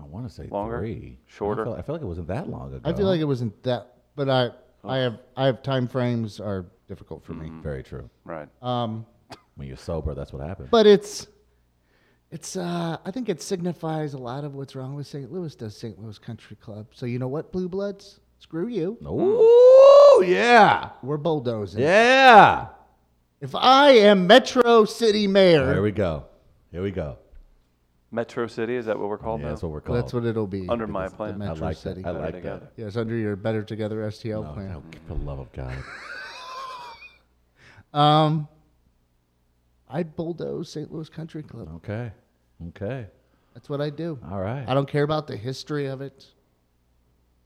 I want to say Longer? three. Shorter? I feel, I feel like it wasn't that long ago. I feel like it wasn't that, but I I have I have time frames are difficult for me. Very true. Right. Uh, Um, When you're sober, that's what happens. but it's it's uh, I think it signifies a lot of what's wrong with St. Louis does St. Louis Country Club. So you know what, Blue Bloods, screw you. Ooh, Mm. yeah, We're bulldozing. yeah. If I am Metro City There Mayor, we go. Here we go. Metro City, is that what we're called Yeah, now? that's what we're called. that's what it'll be. Under my because the plan. I I Metro like City. that. I Better like together. that. Yes, under your Better Together STL Oh, plan. no, for the love of God. Um, I'd bulldoze St. Louis Country Club. Okay. Okay. That's what I do. All right. I don't care about the history of it.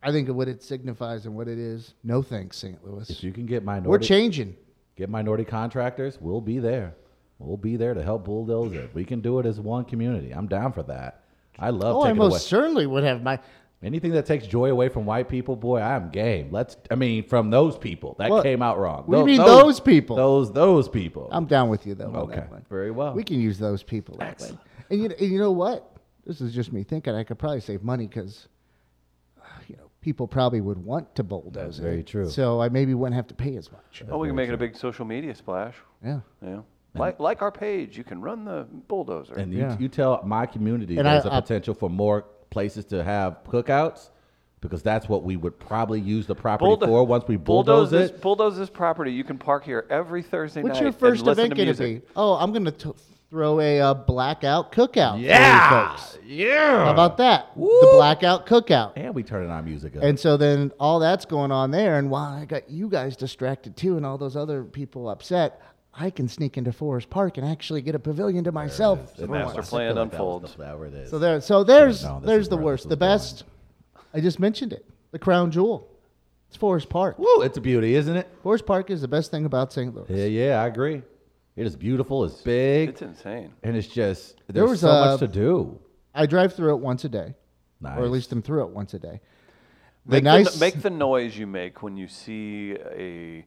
I think of what it signifies and what it is. No thanks, St. If Louis. you can get We're minority, changing. get minority contractors, we'll be there. We'll be there to help bulldoze it. We can do it as one community. I'm down for that. I love Oh, I taking most away certainly would have my. anything that takes joy away from white people. Boy, I'm game. Let's. I mean, from those people that Well, came out wrong. we Tho- mean those people. Those those people. I'm down with you though. on okay. that one. Very well. We can use those people. That way. And you, and you know what? This is just me thinking. I could probably save money because, you know, people probably would want to bulldoze That's it. very true. So I maybe wouldn't have to pay as much. Oh, we can make it a big social media splash. Yeah. Yeah. Like, like our page, you can run the bulldozer. and Yeah. you, you tell my community And there's I- a I- potential for more places to have cookouts because that's what we would probably use the property Bulldo- for once we bulldoze, this, it. bulldoze this property. You can park here every Thursday What's night. your first and listen event to going to music. be? Oh, I'm going to throw a uh, blackout cookout. for you Yeah, folks. yeah. How about that? The Woo. blackout cookout. and we turning our music up. And so then all that's going on there, and while I got you guys distracted too, and all those other people upset, I can sneak into Forest Park and actually get a pavilion to myself. the master plan unfolds. So there, so there's No, this there's is the where worst, this the is going. best. I just mentioned it, the crown jewel. It's Forest Park. Woo, it's a beauty, isn't it? Forest Park is the best thing about St. Louis. Yeah, yeah, I agree. It is beautiful. It's big, It's insane. and it's just there's was so a- much to do. I drive through it once a day, Nice. or at least I'm through it once a day. The Make, nice, the, make the noise you make when you see a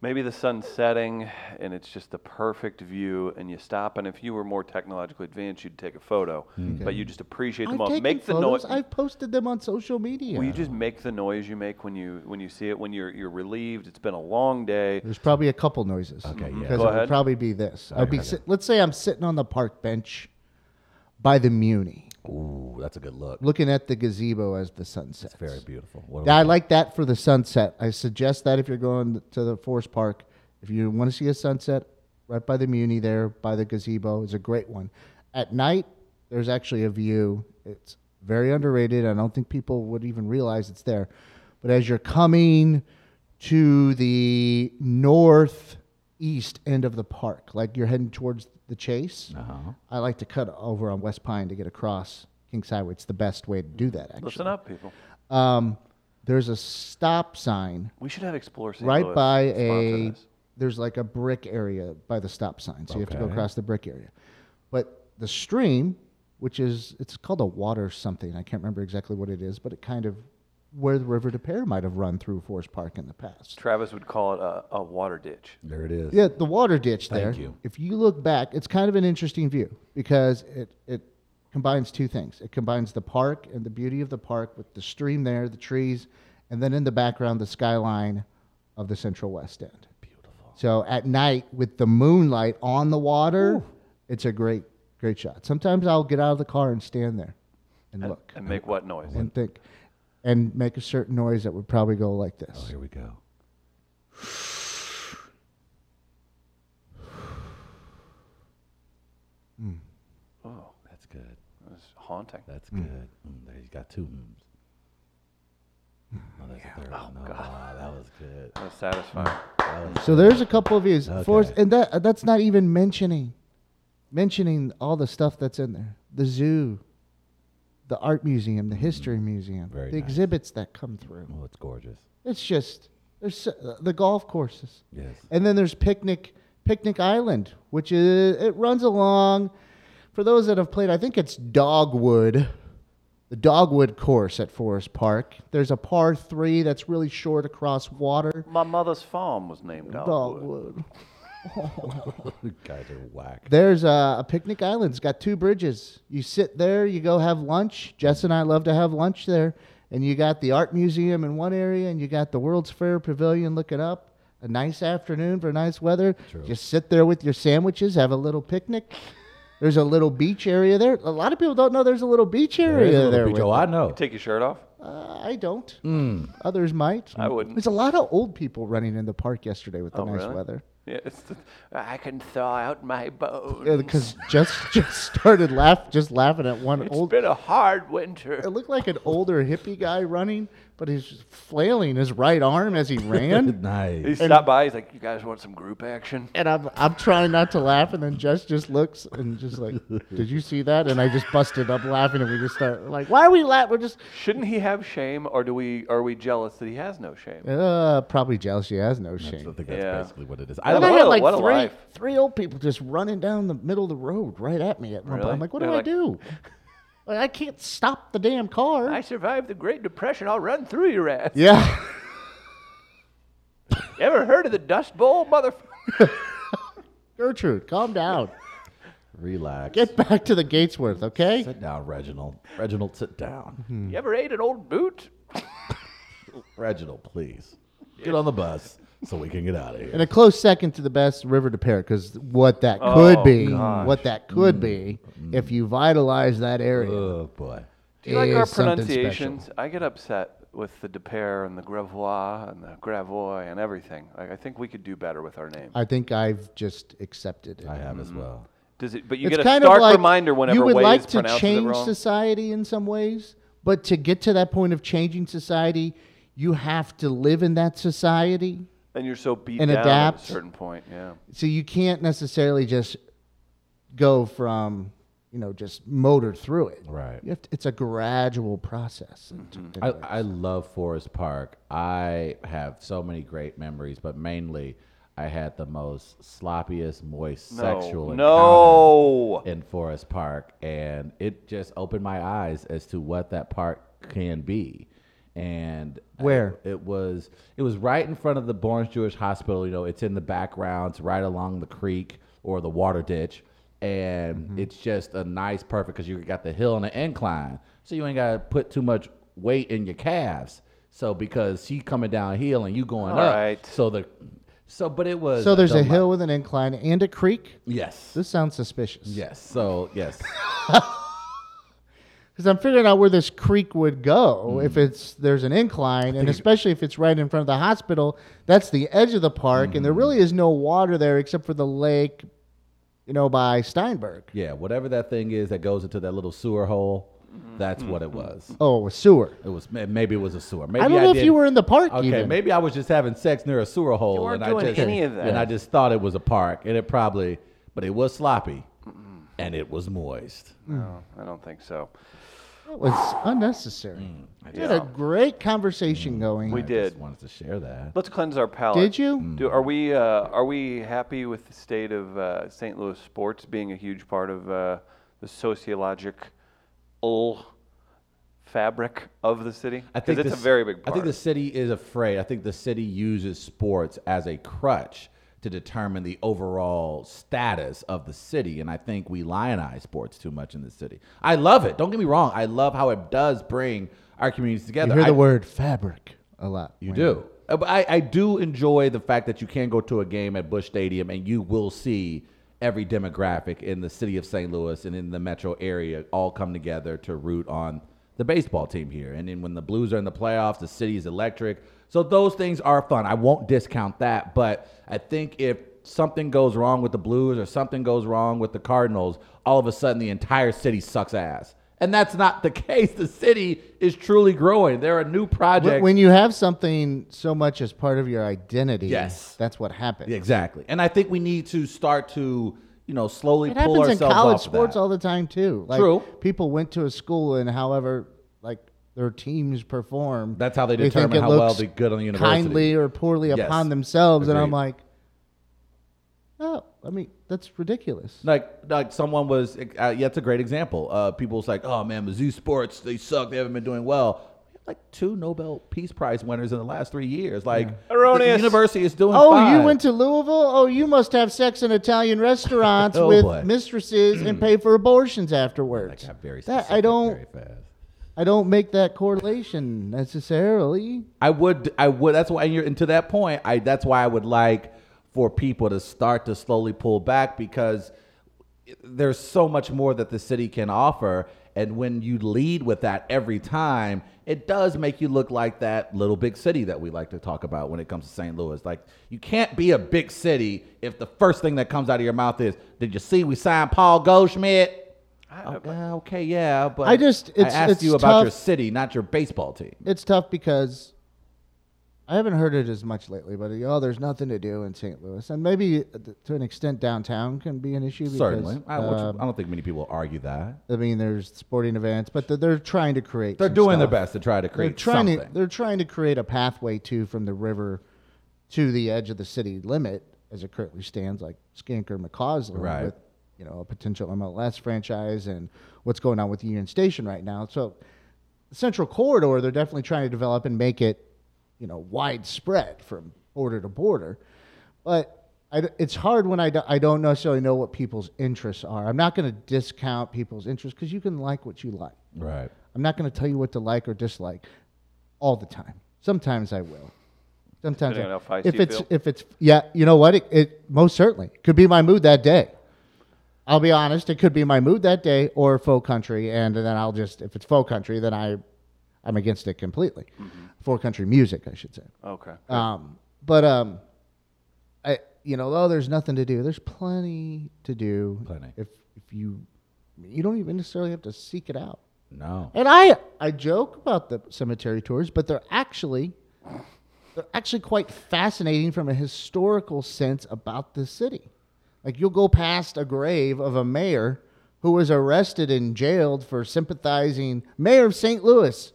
maybe the sun setting and it's just the perfect view and you stop and if you were more technologically advanced you'd take a photo Mm. but you just appreciate the I've moment taken make the noise photos. I've posted them on social media. Will you just make the noise you make when you when you see it when you're you're relieved? It's been a long day. There's probably a couple noises. Okay, yeah. Because Go it ahead. would probably be this. I'd be sit, let's say I'm sitting on the park bench by the Muni, Ooh, that's a good look. looking at the gazebo as the sun sets. Very beautiful. What Yeah, a- I like that for the sunset. I suggest that if you're going to the Forest Park, if you want to see a sunset, right by the Muni there, by the gazebo is a great one. At night, there's actually a view. It's very underrated. I don't think people would even realize it's there. But as you're coming to the northeast end of the park, like you're heading towards the Chase, I like to cut over on West Pine to get across Kings Highway. It's the best way to do that. Actually Listen up, people. um, there's a stop sign We should have Explore St. right Louis by sponsor a this. there's like a brick area by the stop sign so you have to go Okay. across the brick area but the stream which is it's called a water something i can't remember exactly what it is but it kind of where the river de pere might have run through forest park in the past Travis would call it a, a water ditch. there it is. yeah, the water ditch there. Thank you. If you look back, it's kind of an interesting view because it it combines two things. It combines the park and the beauty of the park with the stream there, the trees, and then in the background the skyline of the Central West End. Beautiful. So at night with the moonlight on the water, it's a great great shot. Sometimes I'll get out of the car and stand there and look And make what noise? and think and make a certain noise that would probably go like this. Here we go. Oh, That's good. it's haunting. That's good. Mm, there you got two. Mm. Oh, that's a third. one. Oh, wow, that was good. That's satisfying. Mm. So there's a couple of views. Okay. Forest, and that that's not even mentioning mentioning all the stuff that's in there. The zoo, the art museum, the history museum, Mm-hmm. Very the nice. exhibits that come through. Oh, it's gorgeous. It's just there's so- uh, the golf courses. Yes. And then there's picnic picnic island, which is it runs along for those that have played, I think it's Dogwood. The Dogwood course at Forest Park. There's a par 3 that's really short across water. My mother's farm was named Dogwood. Dogwood. You guys are whack. There's a, a picnic island. It's got two bridges. You sit there, you go have lunch. Jess and I love to have lunch there. and you got the art museum in one area, and you got the World's Fair Pavilion looking up. A nice afternoon for nice weather. Just sit there with your sandwiches, have a little picnic. There's a little beach area there. A lot of people don't know there's a little beach There area is a Hmm. there. little beach. with Oh, I know. Take your shirt off. uh, I don't. Others might. I wouldn't. Oh, There's a lot of old people running in the park yesterday with the nice really? weather. Yeah, it's the, I can thaw out my bones. Because just just started laugh just laughing at one It's old. been a hard winter. It looked like an older hippie guy running, but he's just flailing his right arm as he ran. He nice. stopped by. He's like, "You guys want some group action?" And I'm, I'm trying not to laugh, and then Jess just looks and just like, did you see that? And I just busted up laughing, and we just start like, why are we laughing? We're just Shouldn't he have shame, or do we? Are we jealous that he has no shame? uh, probably jealous. She has no I shame. think that's Yeah. basically what it is. I And I What love had a- like what a three, life. three old people just running down the middle of the road right at me at one point. Really? I'm like, what do They're I like- do? Like, I can't stop the damn car. I survived the Great Depression. I'll run through your ass. yeah. Ever heard of the Dust Bowl, mother? Gertrude, calm down. relax. Get back to the Gatesworth, okay? sit down, Reginald. Reginald, sit Mm-hmm. Mm. down. You ever ate an old boot? Reginald, please get on the bus so we can get out of here. And a close second to the best River to Parrot, because what that could Oh, be, gosh. what that could be, Mm. if you vitalize that area. Oh boy. Do you like our is something special. pronunciations? I get upset with the Depere and the Grevois and the Gravois and everything. Like, I think we could do better with our name. I think I've just accepted it. I have as well. Does it? But you get a stark reminder whenever you would Waze like to pronounces it change wrong. society in some ways, but to get to that point of changing society, you have to live in that society. and you're so beat and down adapt. at a certain point. Yeah. So you can't necessarily just go from, you know, just motor through it. Right. You have to, it's a gradual process. Mm-hmm. I, I love Forest Park. I have so many great memories, but mainly I had the most sloppiest, moist No. sexual encounter no. in Forest Park, and it just opened my eyes as to what that park can be. And Where? it was, it was right in front of the Barnes Jewish Hospital. You know, it's in the background, it's right along the creek or the water ditch, and Mm-hmm. it's just a nice, perfect because you got the hill and the incline, so you ain't got to put too much weight in your calves. So because she coming downhill and you going All up, right. so the, so but it was so there's a deli- hill with an incline and a creek. Yes. This sounds suspicious. Yes. So yes. Because I'm figuring out where this creek would go Mm. if it's there's an incline, and especially if it's right in front of the hospital. That's the edge of the park, and Mm. there really is no water there except for the lake, you know, by Steinberg. Yeah, whatever that thing is that goes into that little sewer hole, that's what it Mm-hmm. was. Oh, a sewer. It was ma- maybe it was a sewer. Maybe I don't know if did- you were in the park Okay, even. maybe I was just having sex near a sewer hole, weren't and doing I just any of that. and I just thought it was a park, and it probably, but it was sloppy, and it was moist. No, I don't think so. That was unnecessary. Mm, we had a great conversation going. We I did. just wanted to share that. Let's cleanse our palate. Did Mm. you? Do, are we uh, are we happy with the state of uh, St. Louis sports being a huge part of uh, the sociologic ul fabric of the city? I 'Cause think it's this- a very big part. I think the city is afraid. I think the city uses sports as a crutch to determine the overall status of the city, and I think we lionize sports too much in the city. I love it. Don't get me wrong. I love how it does bring our communities you together. hear I- the word fabric a lot. you when- do. Uh, but I, I do enjoy the fact that you can go to a game at Bush Stadium and you will see every demographic in the city of St. Louis and in the metro area all come together to root on the baseball team here. And then when the Blues are in the playoffs, the city is electric. So those things are fun. I won't discount that, but I think if something goes wrong with the Blues or something goes wrong with the Cardinals, all of a sudden the entire city sucks ass. And that's not the case. The city is truly growing. There are new When, projects. when you have something so much as part of your identity, Yes. that's what happens. Yeah, Exactly. And I think we need to start to, you know, slowly It pull happens in ourselves college off of sports that. all the time too. Like True. people went to a school and however like their teams perform. That's how they think determine it how well looks they good on the university. Kindly or poorly Yes. upon themselves and I'm Agreed. like Oh, I mean that's ridiculous. Like, like someone was. Uh, yeah, it's a great example. Uh, people was like, "Oh man, Mizzou sports, they suck. They haven't been doing well." We have, Like two Nobel Peace Prize winners in the last three years. Like, Erroneous. the university is doing. Oh, you fine. went to Louisville? Oh, you must have sex in Italian restaurants Oh, with boy. mistresses and pay for abortions afterwards. Got very That- specific I don't Very fast. I don't make that correlation necessarily. I would, I would. That's why. You're, and to that point, I that's why I would like for people to start to slowly pull back because there's so much more that the city can offer. And when you lead with that every time, it does make you look like that little big city that we like to talk about when it comes to St. Louis. Like, you can't be a big city if the first thing that comes out of your mouth is, Did you see we signed Paul Goldschmidt? Oh, yeah, okay, yeah, but I just- it's- asked it's you about your tough. city, not your baseball team. It's tough because I haven't heard it as much lately, but oh, there's nothing to do in St. Louis. And maybe uh, to an extent, downtown can be an issue. Because, Certainly, I, which um, I don't think many people argue that I mean, there's sporting events, but they're, they're trying to create. they're some doing their stuff. best to try to They're create trying something. to they're trying to create a pathway too from the river to the edge of the city limit as it currently stands, like Skinker McCausland Right. with you know a potential MLS franchise and what's going on with Union Station right now. So the Central Corridor, they're definitely trying to develop and make it you know widespread from border to border, but. I d it's hard when I, d- I don't necessarily know what people's interests are. I'm not going to discount people's interests because you can like what you like. right. I'm not going to tell you what to like or dislike all the time. Sometimes I will. Sometimes Depending I, on how feisty if you it's feel. if it's yeah, you know what? It, it most certainly could be my mood that day. I'll be honest, it could be my mood that day or faux country, and then I'll just if it's faux country, then I I'm against it completely. Mm-hmm. Faux country music, I should say. Okay. Um, but um, I you know, oh, there's nothing to do. There's plenty to do. Plenty. If if you you don't even necessarily have to seek it out. No. And I I joke about the cemetery tours, but they're actually they're actually quite fascinating from a historical sense about the city. Like you'll go past a grave of a mayor who was arrested and jailed for sympathizing mayor of St. Louis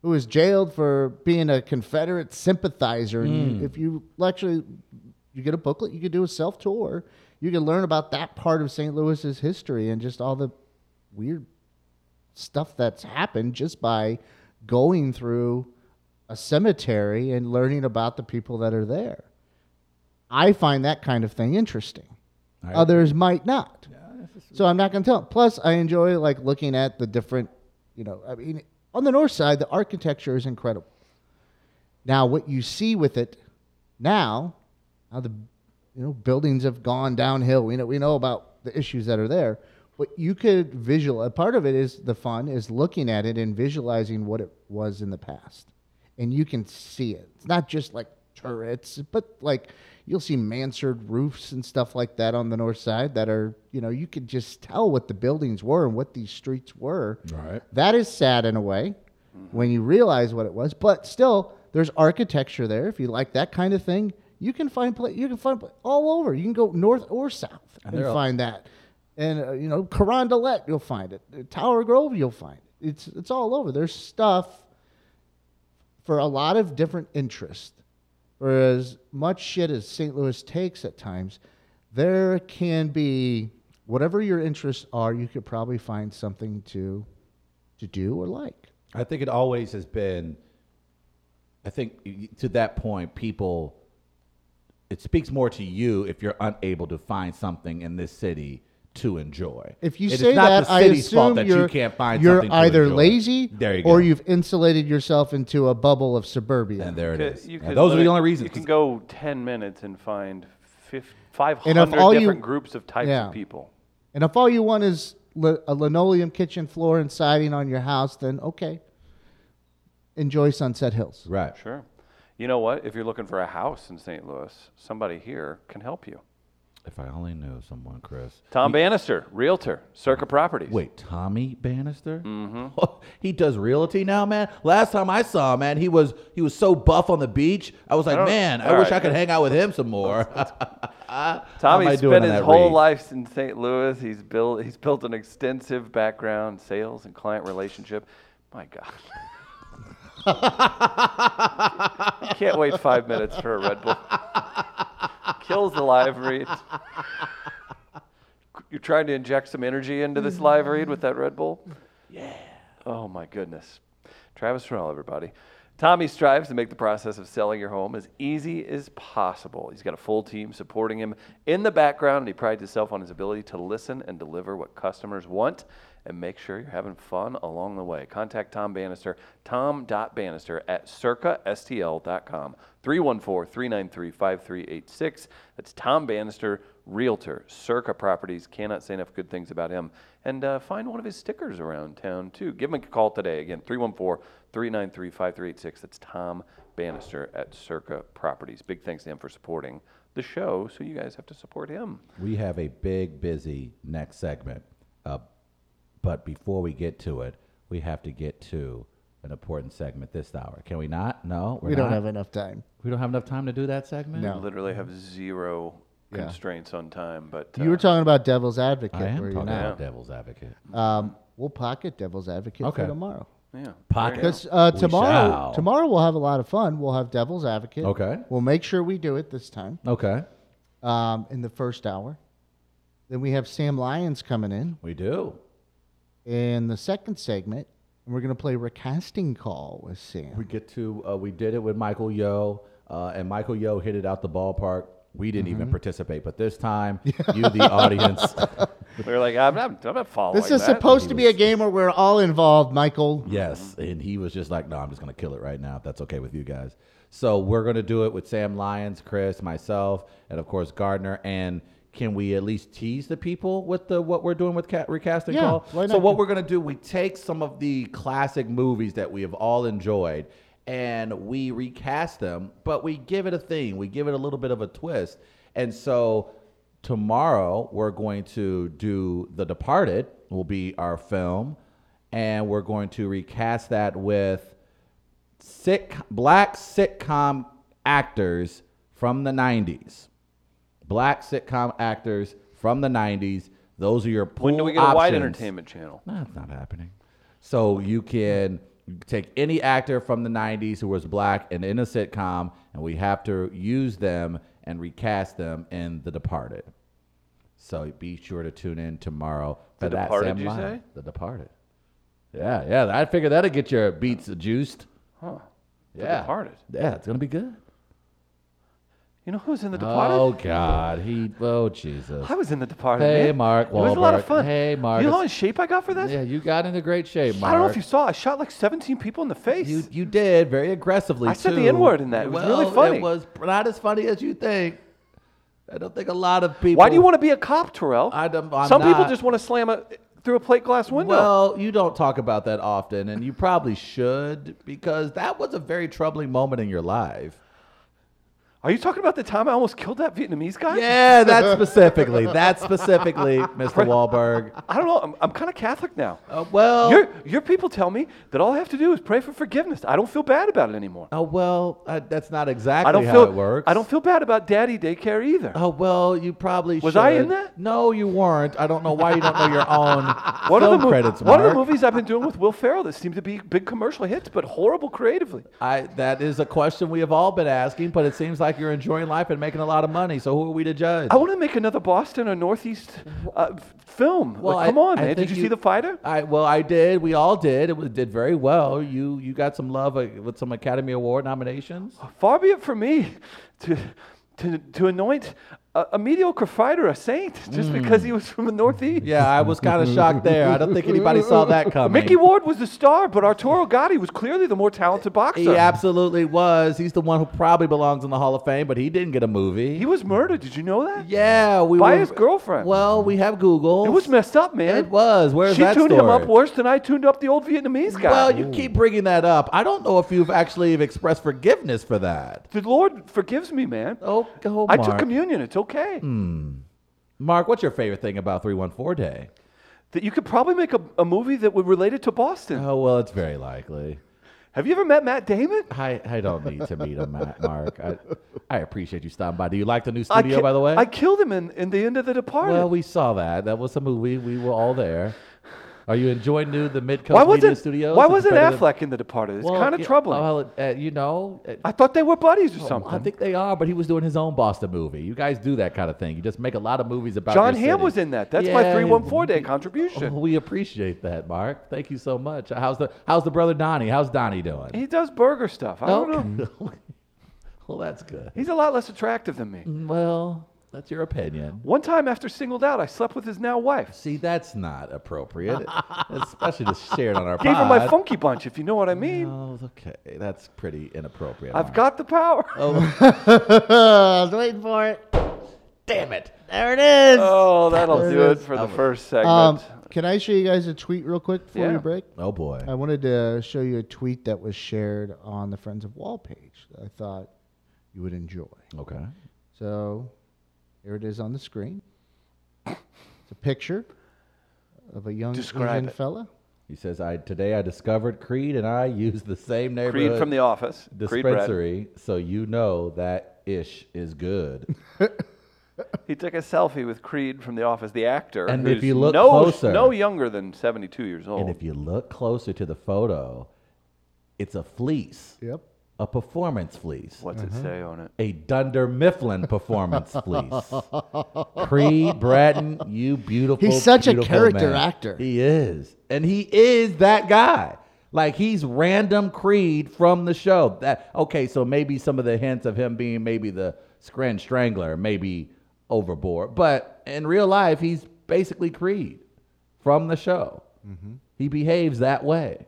who was jailed for being a Confederate sympathizer. And you, if you actually you get a booklet, you could do a self tour. You can learn about that part of St. Louis's history and just all the weird stuff that's happened just by going through a cemetery and learning about the people that are there. I find that kind of thing interesting. I- Others might not. So I'm not going to tell. Plus, I enjoy like looking at the different, you know, I mean, on the north side, the architecture is incredible. Now, what you see with it now, how the you know buildings have gone downhill. We know we know about the issues that are there. But you could visual. A part of it is the fun is looking at it and visualizing what it was in the past, and you can see it. It's not just like turrets, but like you'll see mansard roofs and stuff like that on the north side that are you know you could just tell what the buildings were and what these streets were. Right. That is sad in a way when you realize what it was, but still, there's architecture there. If you like that kind of thing, you can find pla- you can find pla- all over. You can go north or south and, they're all- find that. And uh, you know, Carondelet, you'll find it. Uh, Tower Grove, you'll find it. It's it's all over. There's stuff for a lot of different interests. For as much shit as St. Louis takes at times, there can be whatever your interests are, you could probably find something to to do or like. I think it always has been. I think y- to that point, people. It speaks more to you if you're unable to find something in this city to enjoy. If you It is say not that, the I city's assume fault that you're, you can't find you're something to either enjoy. lazy There you go. or you've insulated yourself into a bubble of suburbia. and there it Could- is. you And could those are lit- the only reasons. You can go 10 minutes and find fif- 500 And if all you- different groups of types Yeah. of people. And if all you want is li- a linoleum kitchen floor and siding on your house, then okay, enjoy Sunset Hills. right. Sure. You know what? If you're looking for a house in St. Louis, somebody here can help you. If I only knew someone, Chris. Tom Bannister, realtor, Circa Properties. Wait, Tommy Bannister? Mm-hmm. he does realty now, man. Last time I saw him, man, he was he was so buff on the beach. I was like, don't- man, I Oh, all wish I right, could hang out with him some more. How am I Tommy doing spent on his that whole read? life in St. Louis. He's built he's built an extensive background, sales and client relationship. My God. You Can't wait five minutes for a Red Bull. Kills the live read. You're trying to inject some energy into this live read with that Red Bull? Yeah. Oh my goodness. Travis Rennell, everybody. Tommy strives to make the process of selling your home as easy as possible. He's got a full team supporting him in the background, and he prides himself on his ability to listen and deliver what customers want and make sure you're having fun along the way. Contact Tom Bannister, tom.bannister at circastl.com, 314 393 5386. That's Tom Bannister, Realtor, Circa Properties. Cannot say enough good things about him. And uh, find one of his stickers around town, too. Give him a call today. Again, 314 393 5386. That's Tom Bannister at Circa Properties. Big thanks to him for supporting the show, so you guys have to support him. We have a big, busy next segment. Uh, but before we get to it, we have to get to an important segment this hour. Can we not? No, we're We don't not. have enough time. We don't have enough time to do that segment. No. Literally have zero Oh. Yeah. constraints on time, but You were uh, talking about devil's I advocate. am were you talking not? about devil's advocate. Um, we'll pocket devil's advocate Okay. for tomorrow. yeah. Pocket. Because uh, We tomorrow, shall. tomorrow we'll have a lot of fun. We'll have devil's advocate. Okay. We'll make sure we do it this time Okay. um, in the first hour. Then we have Sam Lyons coming in We do. in the second segment, and we're gonna play recasting call with Sam. We get to, uh, we did it with Michael Yo, uh, and Michael Yo hit it out the ballpark. We didn't even participate, but this time, you, the audience, We were like, I'm not, I'm not following. this is that. supposed to be a game where we're all involved, Michael. yes. And he was just like, no, I'm just going to kill it right now, if that's okay with you guys. So we're going to do it with Sam Lyons, Chris, myself, and of course, Gardner. And can we at least tease the people with the what we're doing with cat recasting Yeah, call? why So not? what we're going to do, we take some of the classic movies that we have all enjoyed and we recast them, but we give it a thing. We give it a little bit of a twist. And so tomorrow we're going to do The Departed will be our film and we're going to recast that with sick black sitcom actors from the 90s. Black sitcom actors from the 90s. Those are your pool When do we get a wide options. entertainment channel? No, it's not happening. So you can take any actor from the 90s who was black and in a sitcom, and we have to use them and recast them in The Departed. So be sure to tune in tomorrow for The that. Departed, Sam you Lyon. say? The Departed. Yeah, yeah. I figured that'd get your beats juiced. Huh. The Yeah. Departed. Yeah, it's gonna be good. You know who's in the Oh Departed? God, he. Oh Jesus. I was in the Departed. Hey, man. Mark It was a lot Wahlberg. of fun. Hey, Mark, You know how in it's- shape I got for this? Yeah, you got into great shape, Mark. I don't know if you saw. I shot like 17 people in the face. You you did very aggressively. I said the too. N-word in that. It was really Well, funny. It was not as funny as you think. I don't think a lot of people. Why do you want to be a cop, Terrell? I don't- I'm Some people not. just want to slam a, through a plate glass window. Well, you don't talk about that often, and you probably should because that was a very troubling moment in your life. Are you talking about the time I almost killed that Vietnamese guy? Yeah, that specifically. That specifically, Mr. Wahlberg. I don't know. I'm, I'm kind of Catholic now. Uh, well, Your, your people tell me that all I have to do is pray for forgiveness. I don't feel bad about it anymore. oh well, uh, that's not exactly I don't how feel it works. I don't feel bad about daddy daycare either. Oh well, you probably Was I in should. that? No, you weren't. I don't know why you don't know your own What are film the mo- credits, One of the Mark. movies I've been doing with Will Ferrell that seem to be big commercial hits, but horrible creatively. I, that is a question we have all been asking, but it seems like you're enjoying life and making a lot of money. So who are we to judge? I want to make another Boston or Northeast uh, f- film. Well, like, I- come on, I man! Did think you, see the fighter? I well, I did. We all did. It was, did very well. You you got some love uh, with some Academy Award nominations. Far be it from me to to to anoint a, a mediocre fighter a saint just because he was from the Northeast. Hmm. Yeah, I was kind of shocked there. I don't think anybody saw that coming. Mickey Ward was the star, but Arturo Gotti was clearly the more talented boxer. He absolutely was. He's the one who probably belongs in the Hall of Fame, but he didn't get a movie. He was murdered. Did you know that? yeah, we By were- his girlfriend. Well, we have Google. It was messed up, man. It was. Where's she that tuned him up story? worse than I tuned up the old Vietnamese guy. Well, you keep bringing that up. I don't know if you've actually expressed forgiveness for that. the Lord forgives me, man. Oh, go, I Mark. Hmm. took communion. It's okay. Mark, what's your favorite thing about 314 Day? That you could probably make a, a movie that would relate it to Boston. Oh, well, it's very likely. Have you ever met Matt Damon? I, I don't need to meet him, Ma- Mark. I, I appreciate you stopping by. Do you like the new I studio, ki- by the way? I killed him in, in the end of The Departed. well, we saw that. That was a movie. We were all there. Are you enjoying new the Midcoast Why Media wasn't Studios? Why It's wasn't better than- Affleck in The Departed? It's Well, kind of yeah, troubling. Well, uh, you know, uh, I thought they were buddies or something. I think they are, but he was doing his own Boston movie. You guys do that kind of thing. You just make a lot of movies about. John your Hamm city. was in that. That's my Yeah, Oh, 314 day we- contribution. We appreciate that, Mark. Thank you so much. How's the How's the brother Donnie? How's Donnie doing? He does burger stuff. I don't know. Okay. well, that's good. He's a lot less attractive than Mm. me. Well, that's your opinion. One time after singled out, I slept with his now wife. See, that's not appropriate, especially to share it on our Gave her pod. my funky bunch, if you know what I mean. Oh, okay, that's pretty inappropriate. Mark. I've got the power. Oh, I was waiting for it. Damn it! There it is. Oh, that'll do it for the Albert. first segment. Um, can I show you guys a tweet real quick before Yeah. we break? Oh boy. I wanted to show you a tweet that was shared on the Friends of Wall page that I thought you would enjoy. Okay. So here it is on the screen. It's a picture of a young Describe Asian it. fella. He says, "I today I discovered Creed, and I use the same neighborhood Creed from the office. Creed Brad. dispensary, so you know that ish is good." He took a selfie with Creed from the office, the actor. And who's if you look no, closer- no younger than 72 years and old. if you look closer to the photo, it's a fleece, Yep. a performance fleece, What's it say on it? a Dunder Mifflin performance fleece. Creed Bratton, you beautiful. He's such a beautiful character man. actor. He is, and he is that guy. Like he's random Creed from the show. That okay? So maybe some of the hints of him being maybe the Scran Strangler, maybe overboard. But in real life, he's basically Creed from the show. Mm-hmm. He behaves that way.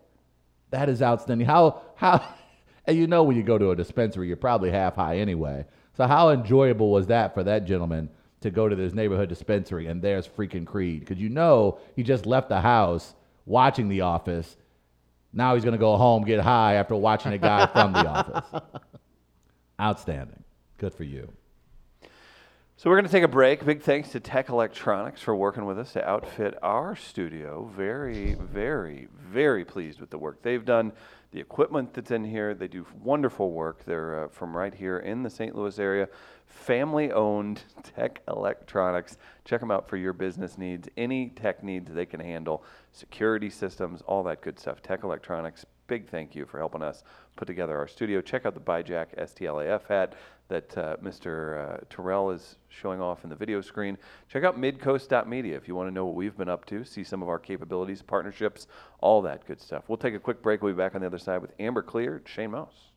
That is outstanding. How how and you know when you go to a dispensary, you're probably half high anyway. So how enjoyable was that for that gentleman to go to this neighborhood dispensary and there's freaking Creed because you know he just left the house watching The Office. Now he's gonna go home get high after watching a guy from The Office. Outstanding. Good for you. So we're going to take a break. Big thanks to Tech Electronics for working with us to outfit our studio. Very, very, very pleased with the work they've done. The equipment that's in here, they do wonderful work. They're uh, from right here in the St. Louis area. Family owned Tech Electronics. Check them out for your business needs, any tech needs they can handle, security systems, all that good stuff. Tech Electronics, big thank you for helping us put together our studio. Check out the BuyJack STLAF hat that uh, Mr. Uh, Terrell is showing off in the video screen. Check out midcoast.media if you want to know what we've been up to, see some of our capabilities, partnerships, all that good stuff. We'll take a quick break. We'll be back on the other side with Amber Clear, Shane Mouse.